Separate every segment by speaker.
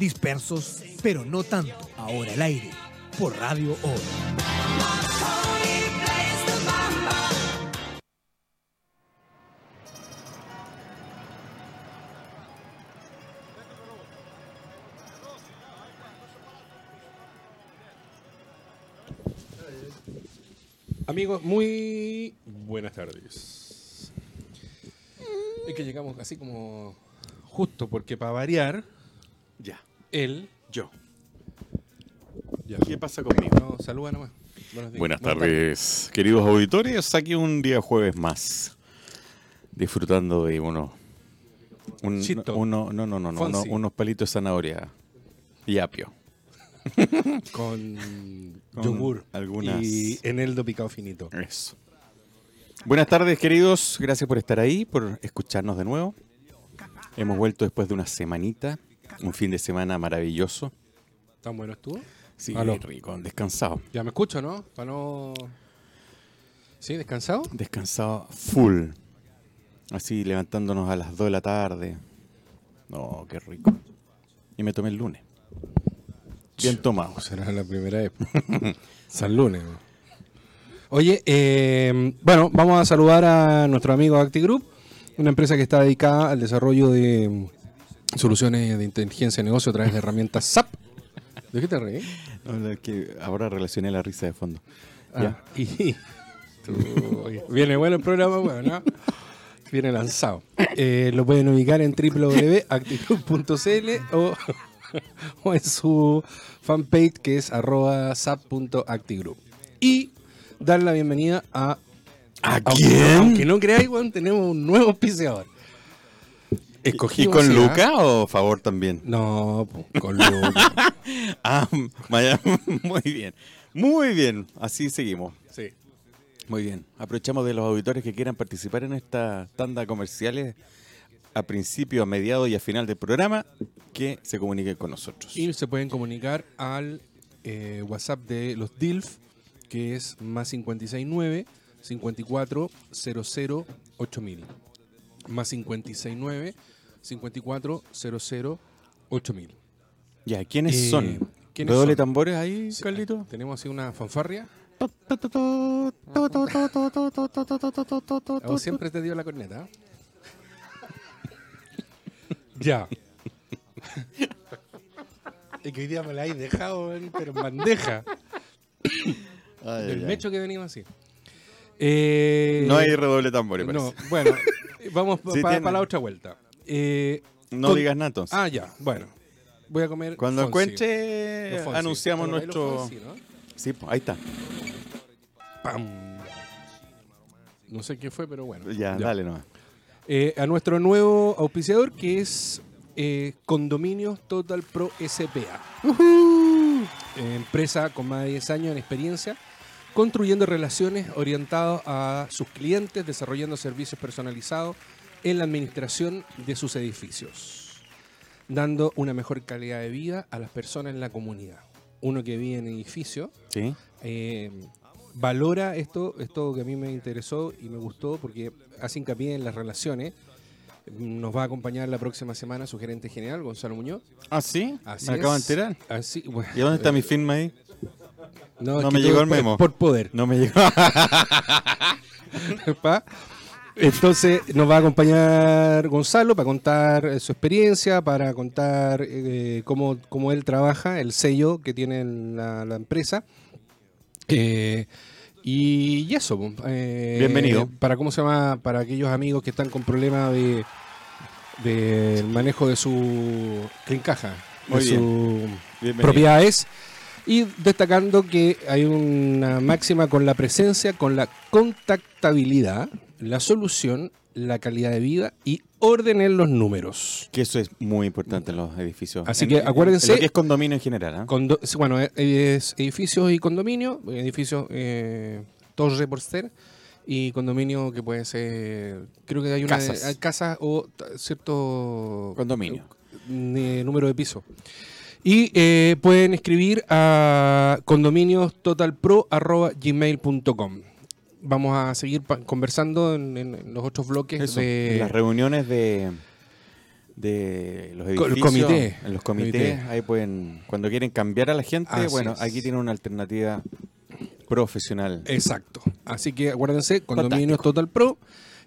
Speaker 1: dispersos, pero no tanto. Ahora el aire, por Radio Hoy.
Speaker 2: Amigos, muy buenas tardes. Es que llegamos así como justo, porque para variar,
Speaker 3: Ya,
Speaker 2: él.
Speaker 3: yo.
Speaker 2: Ya.
Speaker 3: ¿Qué pasa conmigo?
Speaker 2: No, saluda nomás. Buenos días.
Speaker 3: Buenas tardes, queridos auditores. Aquí un día jueves más, disfrutando de uno, un-
Speaker 2: Chito.
Speaker 3: uno- no, no, no, no, uno-
Speaker 2: Fonsi.
Speaker 3: unos palitos de zanahoria y apio.
Speaker 2: Con,
Speaker 3: Con
Speaker 2: yogur.
Speaker 3: algunas-
Speaker 2: Y eneldo picado finito.
Speaker 3: Eso. Buenas tardes, queridos. Gracias por estar ahí, por escucharnos de nuevo. Hemos vuelto después de una semanita, un fin de semana maravilloso.
Speaker 2: ¿Tan bueno estuvo?
Speaker 3: Sí,
Speaker 2: Aló.
Speaker 3: rico, descansado.
Speaker 2: Ya me escucho, ¿no? Para no. ¿Sí? ¿Descansado?
Speaker 3: Descansado full. Así levantándonos a las 2 de la tarde. No, qué rico. Y me tomé el lunes. Bien tomado.
Speaker 2: Será la primera vez. San Lunes. ¿no? Oye, eh, bueno, vamos a saludar a nuestro amigo ActiGroup, una empresa que está dedicada al desarrollo de mm, soluciones de inteligencia de negocio a través de herramientas SAP. ¿De qué te reí?
Speaker 3: No, la que ahora relacioné la risa de fondo.
Speaker 2: Ah.
Speaker 3: Ya.
Speaker 2: y, viene bueno el programa, bueno, ¿no? Viene lanzado. Eh, lo pueden ubicar en www.actigroup.cl o, o en su fanpage que es arroba sap.actigroup. Y dar la bienvenida a...
Speaker 3: ¿A
Speaker 2: Aunque, aunque no creáis, weón, tenemos un nuevo auspiciador.
Speaker 3: ¿Y
Speaker 2: Escogimos,
Speaker 3: con
Speaker 2: ¿sí, ah?
Speaker 3: Luca o favor también?
Speaker 2: No, po, con Luca.
Speaker 3: Ah, Maya, muy bien. Muy bien. Así seguimos.
Speaker 2: sí.
Speaker 3: Muy bien. Aprovechamos de los auditores que quieran participar en esta tanda comerciales a principio, a mediado y a final del programa, que se comuniquen con nosotros.
Speaker 2: Y se pueden comunicar al eh, WhatsApp de los DILF, que es más 569 5400 8000. Más 569 5400 8000.
Speaker 3: Ya, ¿quiénes
Speaker 2: Eh,
Speaker 3: son?
Speaker 2: ¿quiénes
Speaker 3: ¿Redoble
Speaker 2: son?
Speaker 3: tambores ahí, Carlito?
Speaker 2: Tenemos así una fanfarria. A vos siempre te dio la corneta. ¿eh? ya. es que hoy día me la habéis dejado, en- pero en bandeja. Del mecho que venimos así. Eh,
Speaker 3: No hay redoble tambores, parece.
Speaker 2: No, bueno, vamos
Speaker 3: Sí,
Speaker 2: para
Speaker 3: tiene.
Speaker 2: la otra vuelta. Eh,
Speaker 3: No,
Speaker 2: con-
Speaker 3: digas nada entonces.
Speaker 2: Ah, ya, bueno. Voy a comer.
Speaker 3: Cuando
Speaker 2: Fonsi.
Speaker 3: encuentre,
Speaker 2: Los Fonsi.
Speaker 3: anunciamos
Speaker 2: Bueno, ahí los
Speaker 3: nuestro...
Speaker 2: Fonsi, ¿no?
Speaker 3: Sí, pues, ahí está.
Speaker 2: Pam. No sé qué fue, pero bueno.
Speaker 3: Ya, dale nomás.
Speaker 2: Eh, a nuestro nuevo auspiciador que es eh, Condominios Total Pro SPA. Eh, empresa con más de 10 años en experiencia, construyendo relaciones orientadas a sus clientes, desarrollando servicios personalizados en la administración de sus edificios, dando una mejor calidad de vida a las personas en la comunidad. Uno que vive en edificio
Speaker 3: Sí.
Speaker 2: eh, valora esto, esto que a mí me interesó y me gustó porque hace hincapié en las relaciones. Nos va a acompañar la próxima semana su gerente general, Gonzalo Muñoz.
Speaker 3: ¿Ah, sí?
Speaker 2: Así
Speaker 3: me acabo de
Speaker 2: es. Eh,
Speaker 3: enterar.
Speaker 2: Así, bueno,
Speaker 3: ¿Y dónde está mi firma ahí?
Speaker 2: no, es
Speaker 3: no
Speaker 2: que
Speaker 3: me llegó
Speaker 2: todo
Speaker 3: el
Speaker 2: por-
Speaker 3: memo.
Speaker 2: Por poder.
Speaker 3: No me llegó.
Speaker 2: pa. Entonces nos va a acompañar Gonzalo para contar eh, su experiencia, para contar eh, cómo, cómo él trabaja, el sello que tiene la, la empresa. Eh, y, y eso. po. Eh,
Speaker 3: Bienvenido.
Speaker 2: Para cómo se llama, para aquellos amigos que están con problemas de del manejo de su clincaja, de
Speaker 3: Muy bien.
Speaker 2: su
Speaker 3: Bienvenido.
Speaker 2: propiedades. Y destacando que hay una máxima con la presencia, con la contactabilidad, la solución, la calidad de vida y orden en los números.
Speaker 3: Que eso es muy importante en los edificios.
Speaker 2: Así
Speaker 3: En-
Speaker 2: que
Speaker 3: en- en
Speaker 2: acuérdense-
Speaker 3: lo que es condominio en general. ¿ah?
Speaker 2: Condo- bueno, eh, es edificios y condominios, edificios eh, torre por ser y condominio que puede ser, creo que hay una
Speaker 3: Casas.
Speaker 2: hay casas o t- cierto
Speaker 3: Condominio.
Speaker 2: de eh, número de piso. Y eh, pueden escribir a condominiostotalpro.gmail.com. Vamos a seguir pa- conversando en, en- en los otros bloques
Speaker 3: Eso, en
Speaker 2: de
Speaker 3: las reuniones de, de los
Speaker 2: Co-
Speaker 3: edificios,
Speaker 2: el comité.
Speaker 3: en los comités,
Speaker 2: Comité.
Speaker 3: ahí pueden, cuando quieren cambiar a la gente,
Speaker 2: Así
Speaker 3: bueno,
Speaker 2: es. Eh,
Speaker 3: aquí tienen una alternativa profesional.
Speaker 2: Exacto. Así que acuérdense, condominios Total Pro.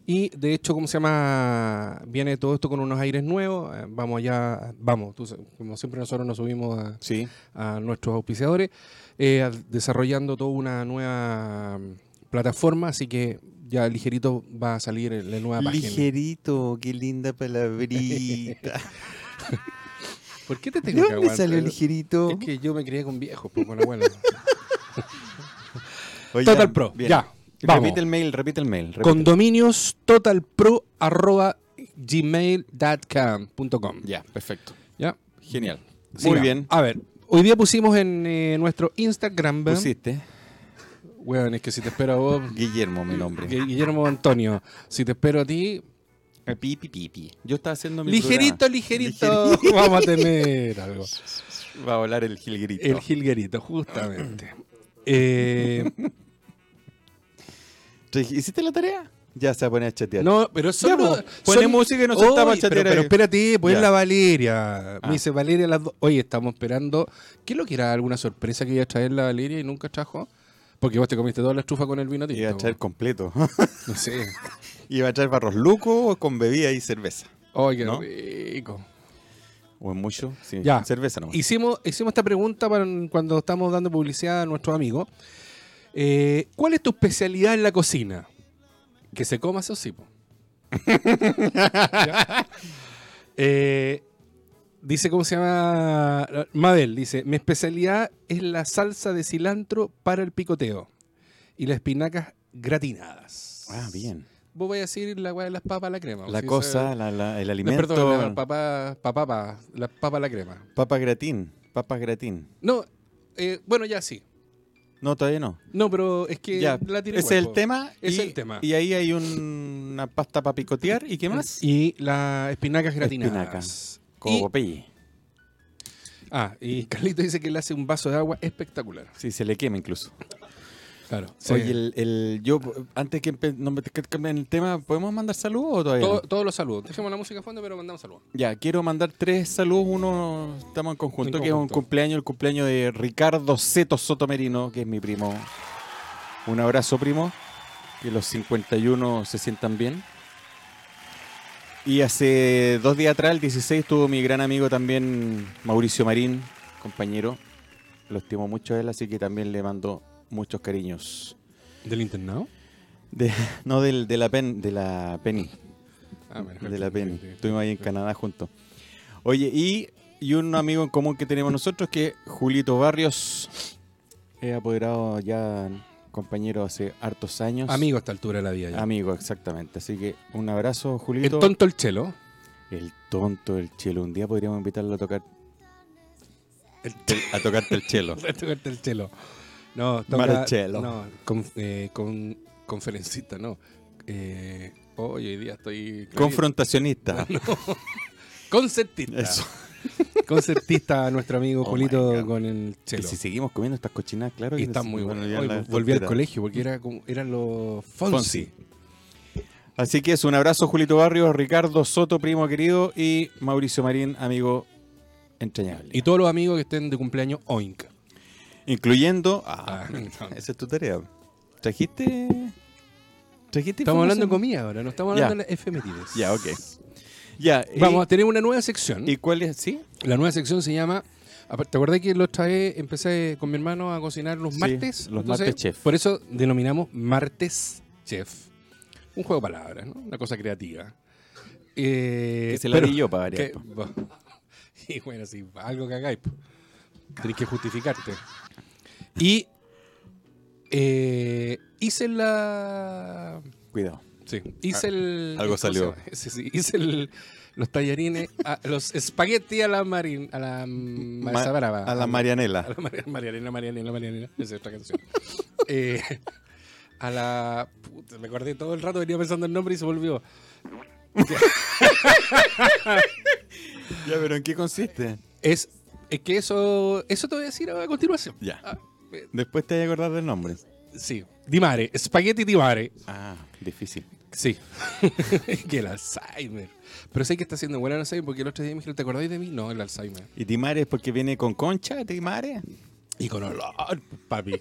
Speaker 2: Y de hecho, ¿cómo se llama? Viene todo esto con unos aires nuevos. eh, Vamos allá, vamos. tú sa- como siempre, nosotros nos subimos a,
Speaker 3: Sí,
Speaker 2: a nuestros auspiciadores, eh, a- desarrollando toda una nueva mm, plataforma. Así que ya ligerito va a salir en la nueva página.
Speaker 3: Ligerito, qué linda palabrita.
Speaker 2: ¿Por qué te
Speaker 3: ¿De
Speaker 2: tengo que
Speaker 3: dónde
Speaker 2: aguantar?
Speaker 3: salió ligerito?
Speaker 2: Es que yo me crié con viejos, pues bueno, bueno.
Speaker 3: Oye,
Speaker 2: Total Pro, ya, vamos.
Speaker 3: Repite el mail, repite el mail. repite.
Speaker 2: Condominios totalpro.gmail.com.
Speaker 3: Ya, perfecto.
Speaker 2: ¿Ya?
Speaker 3: Genial. Muy
Speaker 2: Siga.
Speaker 3: bien.
Speaker 2: A ver, hoy día pusimos en eh, nuestro Instagram. ¿verdad?
Speaker 3: Pusiste
Speaker 2: Weón, es que si te espero a vos,
Speaker 3: Guillermo, mi nombre.
Speaker 2: Gu- Guillermo Antonio, si te espero a ti,
Speaker 3: Eh, Pi, pi, pi, pi. Yo estaba haciendo mi
Speaker 2: ligerito,
Speaker 3: programa.
Speaker 2: ligerito, vamos a tener algo.
Speaker 3: Va a volar el gilgrito.
Speaker 2: El jilguerito, justamente. Eh,
Speaker 3: Te dije, ¿Hiciste la tarea? Ya se va a poner a chatear.
Speaker 2: no, pero
Speaker 3: Ya,
Speaker 2: solo...
Speaker 3: pues, pone música y nos sentamos a
Speaker 2: Oye,
Speaker 3: chatear
Speaker 2: Pero, pero
Speaker 3: ahí.
Speaker 2: espérate, pues
Speaker 3: Ya.
Speaker 2: la Valeria.
Speaker 3: Ah.
Speaker 2: Me dice Valeria a las dos. Oye, estamos esperando. ¿Qué lo que era alguna sorpresa que iba a traer la Valeria y nunca trajo? Porque vos te comiste toda la estufa con el vino tinto.
Speaker 3: Iba a traer completo.
Speaker 2: No sé.
Speaker 3: Iba a traer barros lucos con bebida y cerveza.
Speaker 2: Oye, qué
Speaker 3: ¿No?
Speaker 2: rico.
Speaker 3: O en mucho, sí.
Speaker 2: Ya.
Speaker 3: Cerveza nomás.
Speaker 2: Hicimos, hicimos esta pregunta para cuando estamos dando publicidad a nuestros amigos. Eh, ¿Cuál es tu especialidad en la cocina? Que se coma eso sí. po. Ya. Eh, dice, ¿cómo se llama? Mabel dice, mi especialidad es la salsa de cilantro para el picoteo y las espinacas gratinadas.
Speaker 3: Ah, bien.
Speaker 2: Vos vais a decir la weá de las papas a la crema.
Speaker 3: La
Speaker 2: si
Speaker 3: cosa,
Speaker 2: eso-
Speaker 3: la- la- el
Speaker 2: No,
Speaker 3: alimento.
Speaker 2: perdón, la papa, papa, papa, la papa a la crema.
Speaker 3: Papa gratín. Papa gratín.
Speaker 2: No, eh, bueno, ya sí.
Speaker 3: No, todavía no.
Speaker 2: No, pero es que
Speaker 3: ya.
Speaker 2: la tiene
Speaker 3: Ese
Speaker 2: igual,
Speaker 3: es el
Speaker 2: po.
Speaker 3: tema.
Speaker 2: Es
Speaker 3: y-
Speaker 2: el tema.
Speaker 3: Y ahí hay un- una pasta para picotear. ¿Y qué más?
Speaker 2: Y las espinacas
Speaker 3: Espinacas.
Speaker 2: gratinadas.
Speaker 3: Como
Speaker 2: Y-
Speaker 3: Popeye.
Speaker 2: ah, y Carlito dice que le hace un vaso de agua espectacular.
Speaker 3: Sí, se le quema incluso.
Speaker 2: Claro.
Speaker 3: Oye, el, el- yo, antes que empe- no me- que cambien el tema, ¿podemos mandar saludos o todavía? no?
Speaker 2: todos los saludos. Dejemos la música a fondo, pero mandamos saludos.
Speaker 3: Ya, quiero mandar tres saludos. Uno estamos en conjunto,
Speaker 2: En
Speaker 3: que es un
Speaker 2: conjunto.
Speaker 3: cumpleaños, el cumpleaños de Ricardo Seto Sotomerino, que es mi primo. Un abrazo, primo. Que los 51 se sientan bien. Y hace dos días atrás, el 16, estuvo mi gran amigo también, Mauricio Marín, compañero. Lo estimo mucho a él, así que también le mando muchos cariños.
Speaker 2: ¿Del internado?
Speaker 3: De- no del, de la pen, de la penny.
Speaker 2: Ah, bueno,
Speaker 3: De la Penny.
Speaker 2: de- de-
Speaker 3: Estuvimos ahí en Canadá juntos. Oye, y, y un amigo en común que tenemos nosotros que es Julito Barrios. He apoderado ya compañero hace hartos años.
Speaker 2: Amigo a esta altura de la vida ya.
Speaker 3: Amigo, exactamente. Así que un abrazo,
Speaker 2: el
Speaker 3: Julito.
Speaker 2: tonto el chelo.
Speaker 3: El tonto, el chelo. Un día podríamos invitarlo a tocar. a tocarte el chelo.
Speaker 2: Tocarte el chelo. No, toca,
Speaker 3: Marcello.
Speaker 2: No, con, eh, con- conferencista, no. Eh, hoy, hoy día estoy...
Speaker 3: Confrontacionista.
Speaker 2: Concertista.
Speaker 3: Eso.
Speaker 2: Concertista, nuestro amigo
Speaker 3: Oh my
Speaker 2: Julito
Speaker 3: God.
Speaker 2: con el
Speaker 3: Y
Speaker 2: chelo.
Speaker 3: si seguimos comiendo estas cochinadas, claro.
Speaker 2: Y
Speaker 3: que
Speaker 2: está
Speaker 3: nos-
Speaker 2: muy
Speaker 3: bueno,
Speaker 2: bueno.
Speaker 3: ya
Speaker 2: Hoy
Speaker 3: la
Speaker 2: volví al
Speaker 3: tontera.
Speaker 2: colegio porque era como, eran los Fonsi.
Speaker 3: Fonsi. Así que es un abrazo, Julito Barrios, Ricardo Soto, primo querido, y Mauricio Marín, amigo entrañable.
Speaker 2: Y todos los amigos que estén de cumpleaños Oink.
Speaker 3: Incluyendo. Ah,
Speaker 2: Ah, no.
Speaker 3: esa es tu tarea. ¿Trajiste. ¿Trajiste
Speaker 2: Estamos hablando de
Speaker 3: información?
Speaker 2: comida ahora, no estamos
Speaker 3: Ya.
Speaker 2: hablando de efemérides.
Speaker 3: Ya, ok. Ya, y-
Speaker 2: Vamos a tener una nueva sección.
Speaker 3: ¿Y cuál es? ¿Sí?
Speaker 2: La nueva sección se llama. apar- ¿Te acordás que los trae? Empecé con mi hermano a cocinar los
Speaker 3: Sí,
Speaker 2: martes.
Speaker 3: los martes chef.
Speaker 2: Por eso denominamos martes chef. Un juego de palabras, ¿no? Una cosa creativa. Eh,
Speaker 3: Que se la
Speaker 2: pero-
Speaker 3: di yo para
Speaker 2: que-
Speaker 3: variar, po.
Speaker 2: bo- y bueno, si algo que hagáis, po. tenéis que justificarte. Y eh, hice la.
Speaker 3: Cuidado.
Speaker 2: Sí, hice el.
Speaker 3: Ah, algo
Speaker 2: ¿cómo se
Speaker 3: salió.
Speaker 2: llama? Sí, sí, hice el- los tallarines, a- los espagueti a la marin, a la mm,
Speaker 3: Ma-
Speaker 2: esa brava. Ah.
Speaker 3: a la
Speaker 2: A
Speaker 3: Marianela.
Speaker 2: la Maria- Marianela, Marianela, Marianela. Esa es otra canción. Eh, a la. puta, me acordé todo el rato, venía pensando el nombre y se volvió.
Speaker 3: Ya, pero ¿en qué consiste?
Speaker 2: Es, es que eso. Eso te voy a decir a continuación.
Speaker 3: Ya.
Speaker 2: Ah, eh,
Speaker 3: Después te vas a acordar del nombre.
Speaker 2: sí. Dimare, espagueti Dimare.
Speaker 3: Ah, difícil.
Speaker 2: Sí. que el Alzheimer. Pero sé que está haciendo buena el Alzheimer porque el otro día me dijeron, ¿te acordáis de mí? No, el Alzheimer.
Speaker 3: ¿Y Timare es porque viene con concha, Timare?
Speaker 2: Y con olor, papi.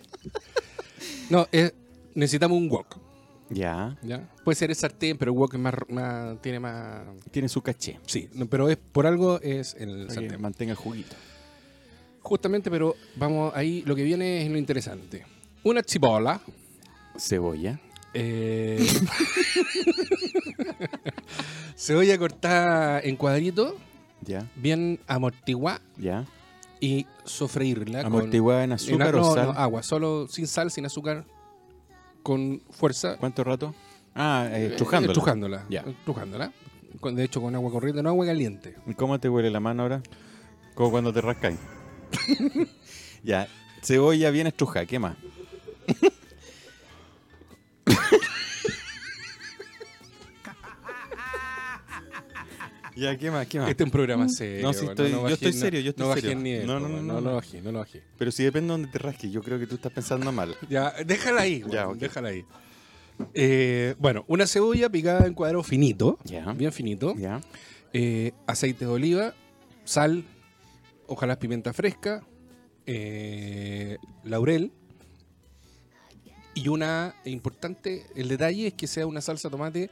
Speaker 2: no, eh, necesitamos un wok.
Speaker 3: Ya.
Speaker 2: ¿ya? Puede ser el sartén, pero el wok es más, más- tiene más...
Speaker 3: Tiene su caché.
Speaker 2: Sí, no, pero es por algo es el
Speaker 3: Para que
Speaker 2: sartén.
Speaker 3: mantenga el juguito.
Speaker 2: Justamente, pero vamos ahí, lo que viene es lo interesante. Una chibola.
Speaker 3: Cebolla.
Speaker 2: eh, cebolla cortada en cuadritos,
Speaker 3: Ya.
Speaker 2: bien amortiguada
Speaker 3: Ya.
Speaker 2: y sofreírla. con-
Speaker 3: Amortiguada en
Speaker 2: en a-
Speaker 3: azúcar o
Speaker 2: no,
Speaker 3: sal.
Speaker 2: no, agua, solo sin sal, sin azúcar, con fuerza.
Speaker 3: ¿Cuánto rato? Ah, eh,
Speaker 2: eh,
Speaker 3: chujándola.
Speaker 2: Chujándola.
Speaker 3: Ya.
Speaker 2: chujándola. Con- De hecho, con agua corriente, no agua caliente.
Speaker 3: ¿Y ¿Cómo te huele la mano ahora? Como cuando te rascáis. ya. Cebolla bien estrujada. ¿Qué más? ya, ¿qué más? ¿Qué más?
Speaker 2: Este es un programa serio.
Speaker 3: Ah. No, sí, estoy- yo
Speaker 2: bajé-
Speaker 3: estoy serio, yo estoy
Speaker 2: no bajé
Speaker 3: serio.
Speaker 2: el nivel,
Speaker 3: No, no,
Speaker 2: weón,
Speaker 3: no,
Speaker 2: no,
Speaker 3: no.
Speaker 2: lo bajé, no lo bajé.
Speaker 3: Pero si depende de donde te rasques, yo creo que tú estás pensando mal.
Speaker 2: Ya, déjala ahí, weón,
Speaker 3: Ya, ok.
Speaker 2: déjala ahí. Eh, bueno, una cebolla picada en cuadro finito,
Speaker 3: Ya.
Speaker 2: bien finito,
Speaker 3: Ya.
Speaker 2: eh, aceite de oliva, sal, ojalá pimienta fresca, eh, laurel y una importante, el detalle es que sea una salsa tomate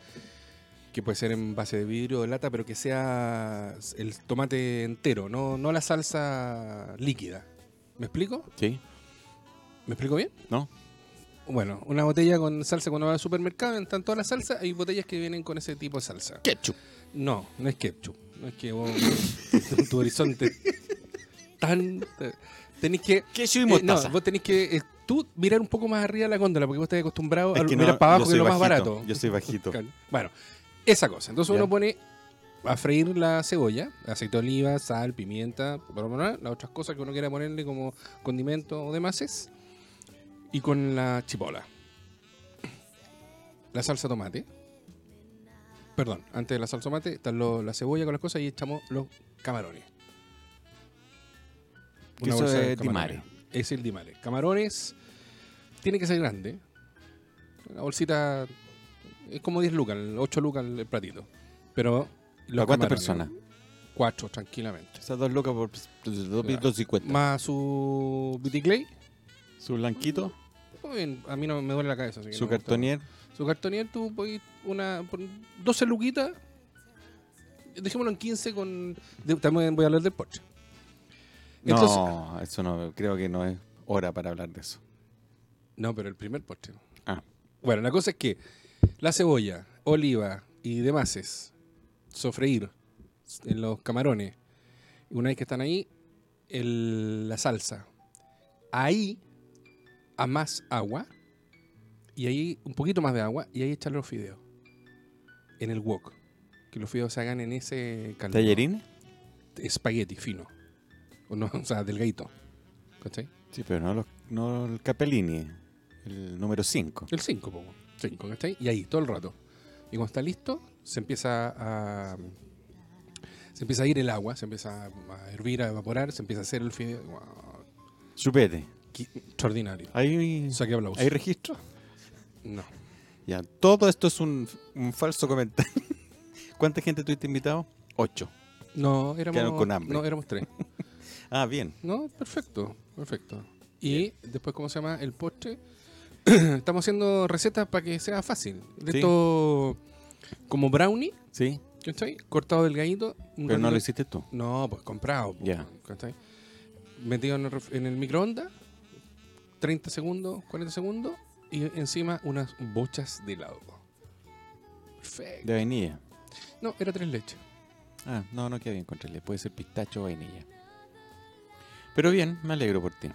Speaker 2: que puede ser en base de vidrio o de lata, pero que sea el tomate entero, no, no la salsa líquida. ¿Me explico?
Speaker 3: Sí.
Speaker 2: ¿Me explico bien?
Speaker 3: ¿No?
Speaker 2: Bueno, una botella con salsa cuando va al supermercado, en tanto la salsa, hay botellas que vienen con ese tipo de salsa.
Speaker 3: Ketchup.
Speaker 2: No, no es ketchup. No es que vos, tu horizonte tan... eh, Tenés que...
Speaker 3: Ketchup y
Speaker 2: eh,
Speaker 3: mostaza.
Speaker 2: no, vos tenés que... eh, tú mirar un poco más arriba de la góndola, porque vos estás acostumbrado
Speaker 3: Es
Speaker 2: a
Speaker 3: que
Speaker 2: mirar
Speaker 3: no,
Speaker 2: para
Speaker 3: yo
Speaker 2: abajo, que es lo
Speaker 3: soy
Speaker 2: más
Speaker 3: bajito,
Speaker 2: barato.
Speaker 3: Yo soy bajito.
Speaker 2: Bueno, esa cosa. Entonces
Speaker 3: Ya.
Speaker 2: uno pone a freír la cebolla, aceite de oliva, sal, pimienta, bla, bla, bla, las otras cosas que uno quiera ponerle como condimento o demás es. Y con la chipola. La salsa tomate. Perdón, antes de la salsa tomate está lo- la cebolla con las cosas y echamos los camarones.
Speaker 3: Que
Speaker 2: Una
Speaker 3: eso
Speaker 2: bolsa de
Speaker 3: es
Speaker 2: camarones. Es el dimare. Camarones tiene que ser grande. La bolsita es como 10 lucas, 8 lucas el platito. Pero.
Speaker 3: ¿Para cuántas
Speaker 2: camarones,
Speaker 3: personas?
Speaker 2: Cuatro, tranquilamente.
Speaker 3: Esas dos locas por
Speaker 2: Ya.
Speaker 3: 2.50.
Speaker 2: Más su BT Clay.
Speaker 3: Su blanquito,
Speaker 2: muy bien, A mí no me duele la cabeza. así que
Speaker 3: su
Speaker 2: no me gusta.
Speaker 3: cartonier.
Speaker 2: Su cartonier, tú podís una. por 12 luquitas. Dejémoslo en 15 con. de- también voy a hablar del Porsche. Entonces-
Speaker 3: no, eso no, creo que no es hora para hablar de eso.
Speaker 2: No, pero el primer postre.
Speaker 3: Ah.
Speaker 2: Bueno, la cosa es que la cebolla, oliva y demás es sofreír en los camarones. Y Una vez que están ahí, el- la salsa. Ahí, a más agua. Y ahí, un poquito más de agua. Y ahí echar los fideos. En el wok. Que los fideos se hagan en ese caldo.
Speaker 3: ¿Tallerines?
Speaker 2: Espagueti fino. O, no, o sea, delgadito. ¿Cachai?
Speaker 3: Sí, pero no, los, no el capellini, el número 5.
Speaker 2: El 5, pongo. 5, ¿cachai? Y ahí, todo el rato. Y cuando está listo, se empieza a. Se empieza a ir el agua, se empieza a hervir, a evaporar, se empieza a hacer el fideo. Guau,
Speaker 3: Chupete.
Speaker 2: qué extraordinario.
Speaker 3: ¿Hay,
Speaker 2: O sea, que aplauso.
Speaker 3: ¿Hay registro?
Speaker 2: No.
Speaker 3: Ya, todo esto es un, un falso comentario. ¿Cuánta gente tuviste invitado? Ocho.
Speaker 2: No, éramos.
Speaker 3: Quedaron con hambre.
Speaker 2: No, éramos tres.
Speaker 3: Ah, bien.
Speaker 2: No, perfecto, perfecto. Y después, ¿cómo se llama? El postre. Estamos haciendo recetas para que sea fácil. De
Speaker 3: Sí.
Speaker 2: esto, como brownie,
Speaker 3: Sí,
Speaker 2: ¿cachai? Cortado delgadito. un
Speaker 3: pero no
Speaker 2: ratito-
Speaker 3: lo hiciste tú.
Speaker 2: No, pues comprado. po,
Speaker 3: Ya.
Speaker 2: ¿cachai? Metido en el, ref- en el microondas, 30 segundos, 40 segundos, y encima unas bochas de helado. Perfecto.
Speaker 3: De vainilla.
Speaker 2: No, era tres leches.
Speaker 3: Ah, no, no queda bien con chile. Puede ser pistacho o vainilla. Pero bien, me alegro por ti.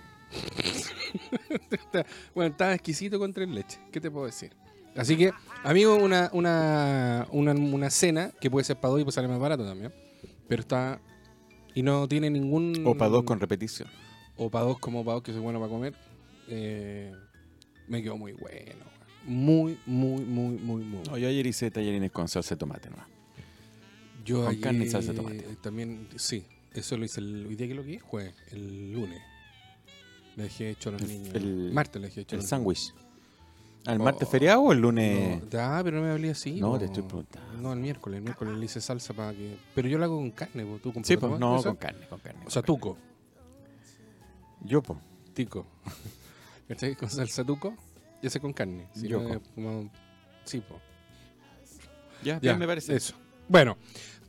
Speaker 2: Bueno, estaba exquisito con tres leches. ¿Qué te puedo decir? Así que, amigo, una, una, una, una cena que puede ser para dos y puede salir más barato también. Pero está. Y no tiene ningún.
Speaker 3: O para dos con repetición.
Speaker 2: o para dos como para dos que soy bueno para comer, eh, me quedó muy bueno. Muy, muy, muy, muy, muy.
Speaker 3: No, yo ayer hice tallarines con salsa de tomate nomás.
Speaker 2: Yo
Speaker 3: con
Speaker 2: ayer
Speaker 3: carne y salsa de tomate.
Speaker 2: eh, También, sí, eso lo hice el, hoy día que lo que fue el lunes. Le dejé hecho a los
Speaker 3: El-
Speaker 2: niños.
Speaker 3: el-
Speaker 2: Martes le dejé hecho a
Speaker 3: El
Speaker 2: los niños.
Speaker 3: sándwich. ¿Al martes feriado o Mm. Oh. el lunes?
Speaker 2: No, ah, pero no me hablé así.
Speaker 3: No,
Speaker 2: po.
Speaker 3: te estoy preguntando.
Speaker 2: No, el miércoles. El miércoles le hice salsa para que. Pero yo la hago con carne, po. ¿Tú con
Speaker 3: sí,
Speaker 2: plátano
Speaker 3: pues, no,
Speaker 2: más,
Speaker 3: con
Speaker 2: esa?
Speaker 3: carne, con carne.
Speaker 2: O sea, tuco.
Speaker 3: Yo, pues.
Speaker 2: Tico. ¿Cachai? Con salsa tuco. Y ese con carne. Si
Speaker 3: Yo
Speaker 2: no,
Speaker 3: con-
Speaker 2: es como- Sí, po.
Speaker 3: Ya,
Speaker 2: Ya,
Speaker 3: bien me parece.
Speaker 2: Eso. Bueno,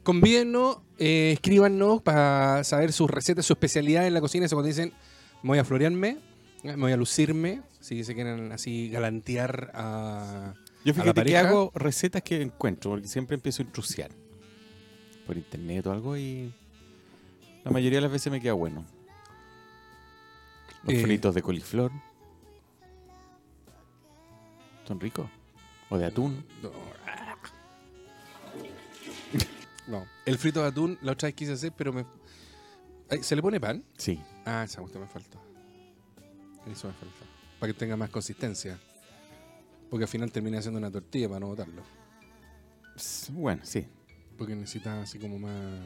Speaker 2: convídennos, eh, escríbanos para saber sus recetas, su especialidad en la cocina. Eso cuando dicen, me voy a florearme, me voy a lucirme. Si se quieren así galantear a.
Speaker 3: Yo
Speaker 2: a la
Speaker 3: fíjate que
Speaker 2: pareja.
Speaker 3: hago recetas que encuentro, porque siempre empiezo a intrusiar por internet o algo y la mayoría de las veces me queda bueno. Los
Speaker 2: Eh.
Speaker 3: fritos de coliflor. ¿Son ricos? ¿O de atún?
Speaker 2: No. No. El frito de atún, la otra vez quise hacer, pero me. Ay, ¿Se le pone pan?
Speaker 3: Sí.
Speaker 2: Ah, esa cuestión me faltó. Eso me faltó. Para que tenga más consistencia. Porque al final terminé haciendo una tortilla para no botarlo.
Speaker 3: S- Bueno, sí.
Speaker 2: Porque necesitaba así como más.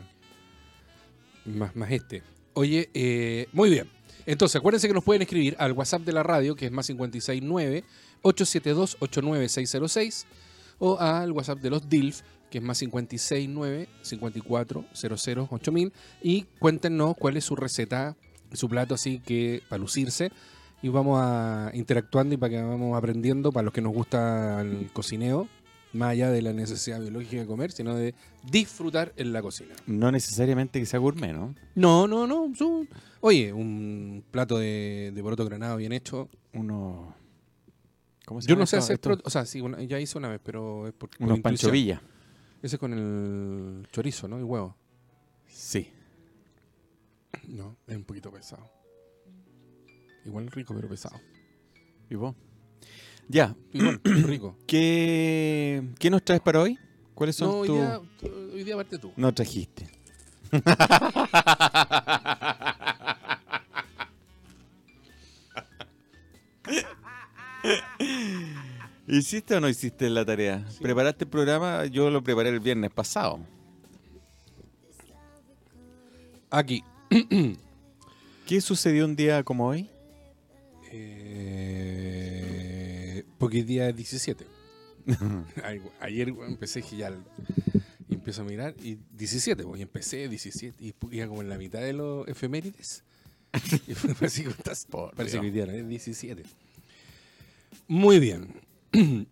Speaker 2: Más, más este. Oye, eh, muy bien. Entonces, acuérdense que nos pueden escribir al WhatsApp de la radio, que es más 569-872-89606, o al WhatsApp de los DILF, que es más 569-54008000, y cuéntenos cuál es su receta, su plato así que para lucirse, y vamos a interactuando y para que vamos aprendiendo, para los que nos gusta el cocineo, más allá de la necesidad biológica de comer, sino de disfrutar en la cocina.
Speaker 3: No necesariamente que sea gourmet, ¿no?
Speaker 2: No, no, no. su- Oye, un plato de, de poroto granado bien hecho.
Speaker 3: Uno... ¿Cómo se
Speaker 2: Yo
Speaker 3: llama
Speaker 2: no sé
Speaker 3: esto?
Speaker 2: hacer
Speaker 3: Esto-
Speaker 2: poroto. O sea, sí, una- ya hice una vez, pero es por, por
Speaker 3: Unos
Speaker 2: intuición.
Speaker 3: panchovilla.
Speaker 2: Ese es con el chorizo, ¿no? Y huevo.
Speaker 3: Sí.
Speaker 2: No, es un poquito pesado. Igual rico, pero pesado.
Speaker 3: ¿Y vos? Ya.
Speaker 2: Igual, rico.
Speaker 3: ¿Qué, ¿Qué nos traes para hoy? ¿Cuáles son
Speaker 2: No, hoy
Speaker 3: tus...?
Speaker 2: día, hoy día parte tú.
Speaker 3: No trajiste. ¿Hiciste o no hiciste la tarea? ¿Preparaste el programa? Yo lo preparé el viernes pasado.
Speaker 2: Aquí.
Speaker 3: ¿Qué sucedió un día como hoy?
Speaker 2: Eh, porque hoy día es 17. Ay, güey, Ayer güey, empecé y dije, ya el- y empiezo a mirar y 17, pues, y empecé 17 y pu- iba como en la mitad de los efemérides. y fue así como estás. Parece que hoy día no es 17. Muy bien.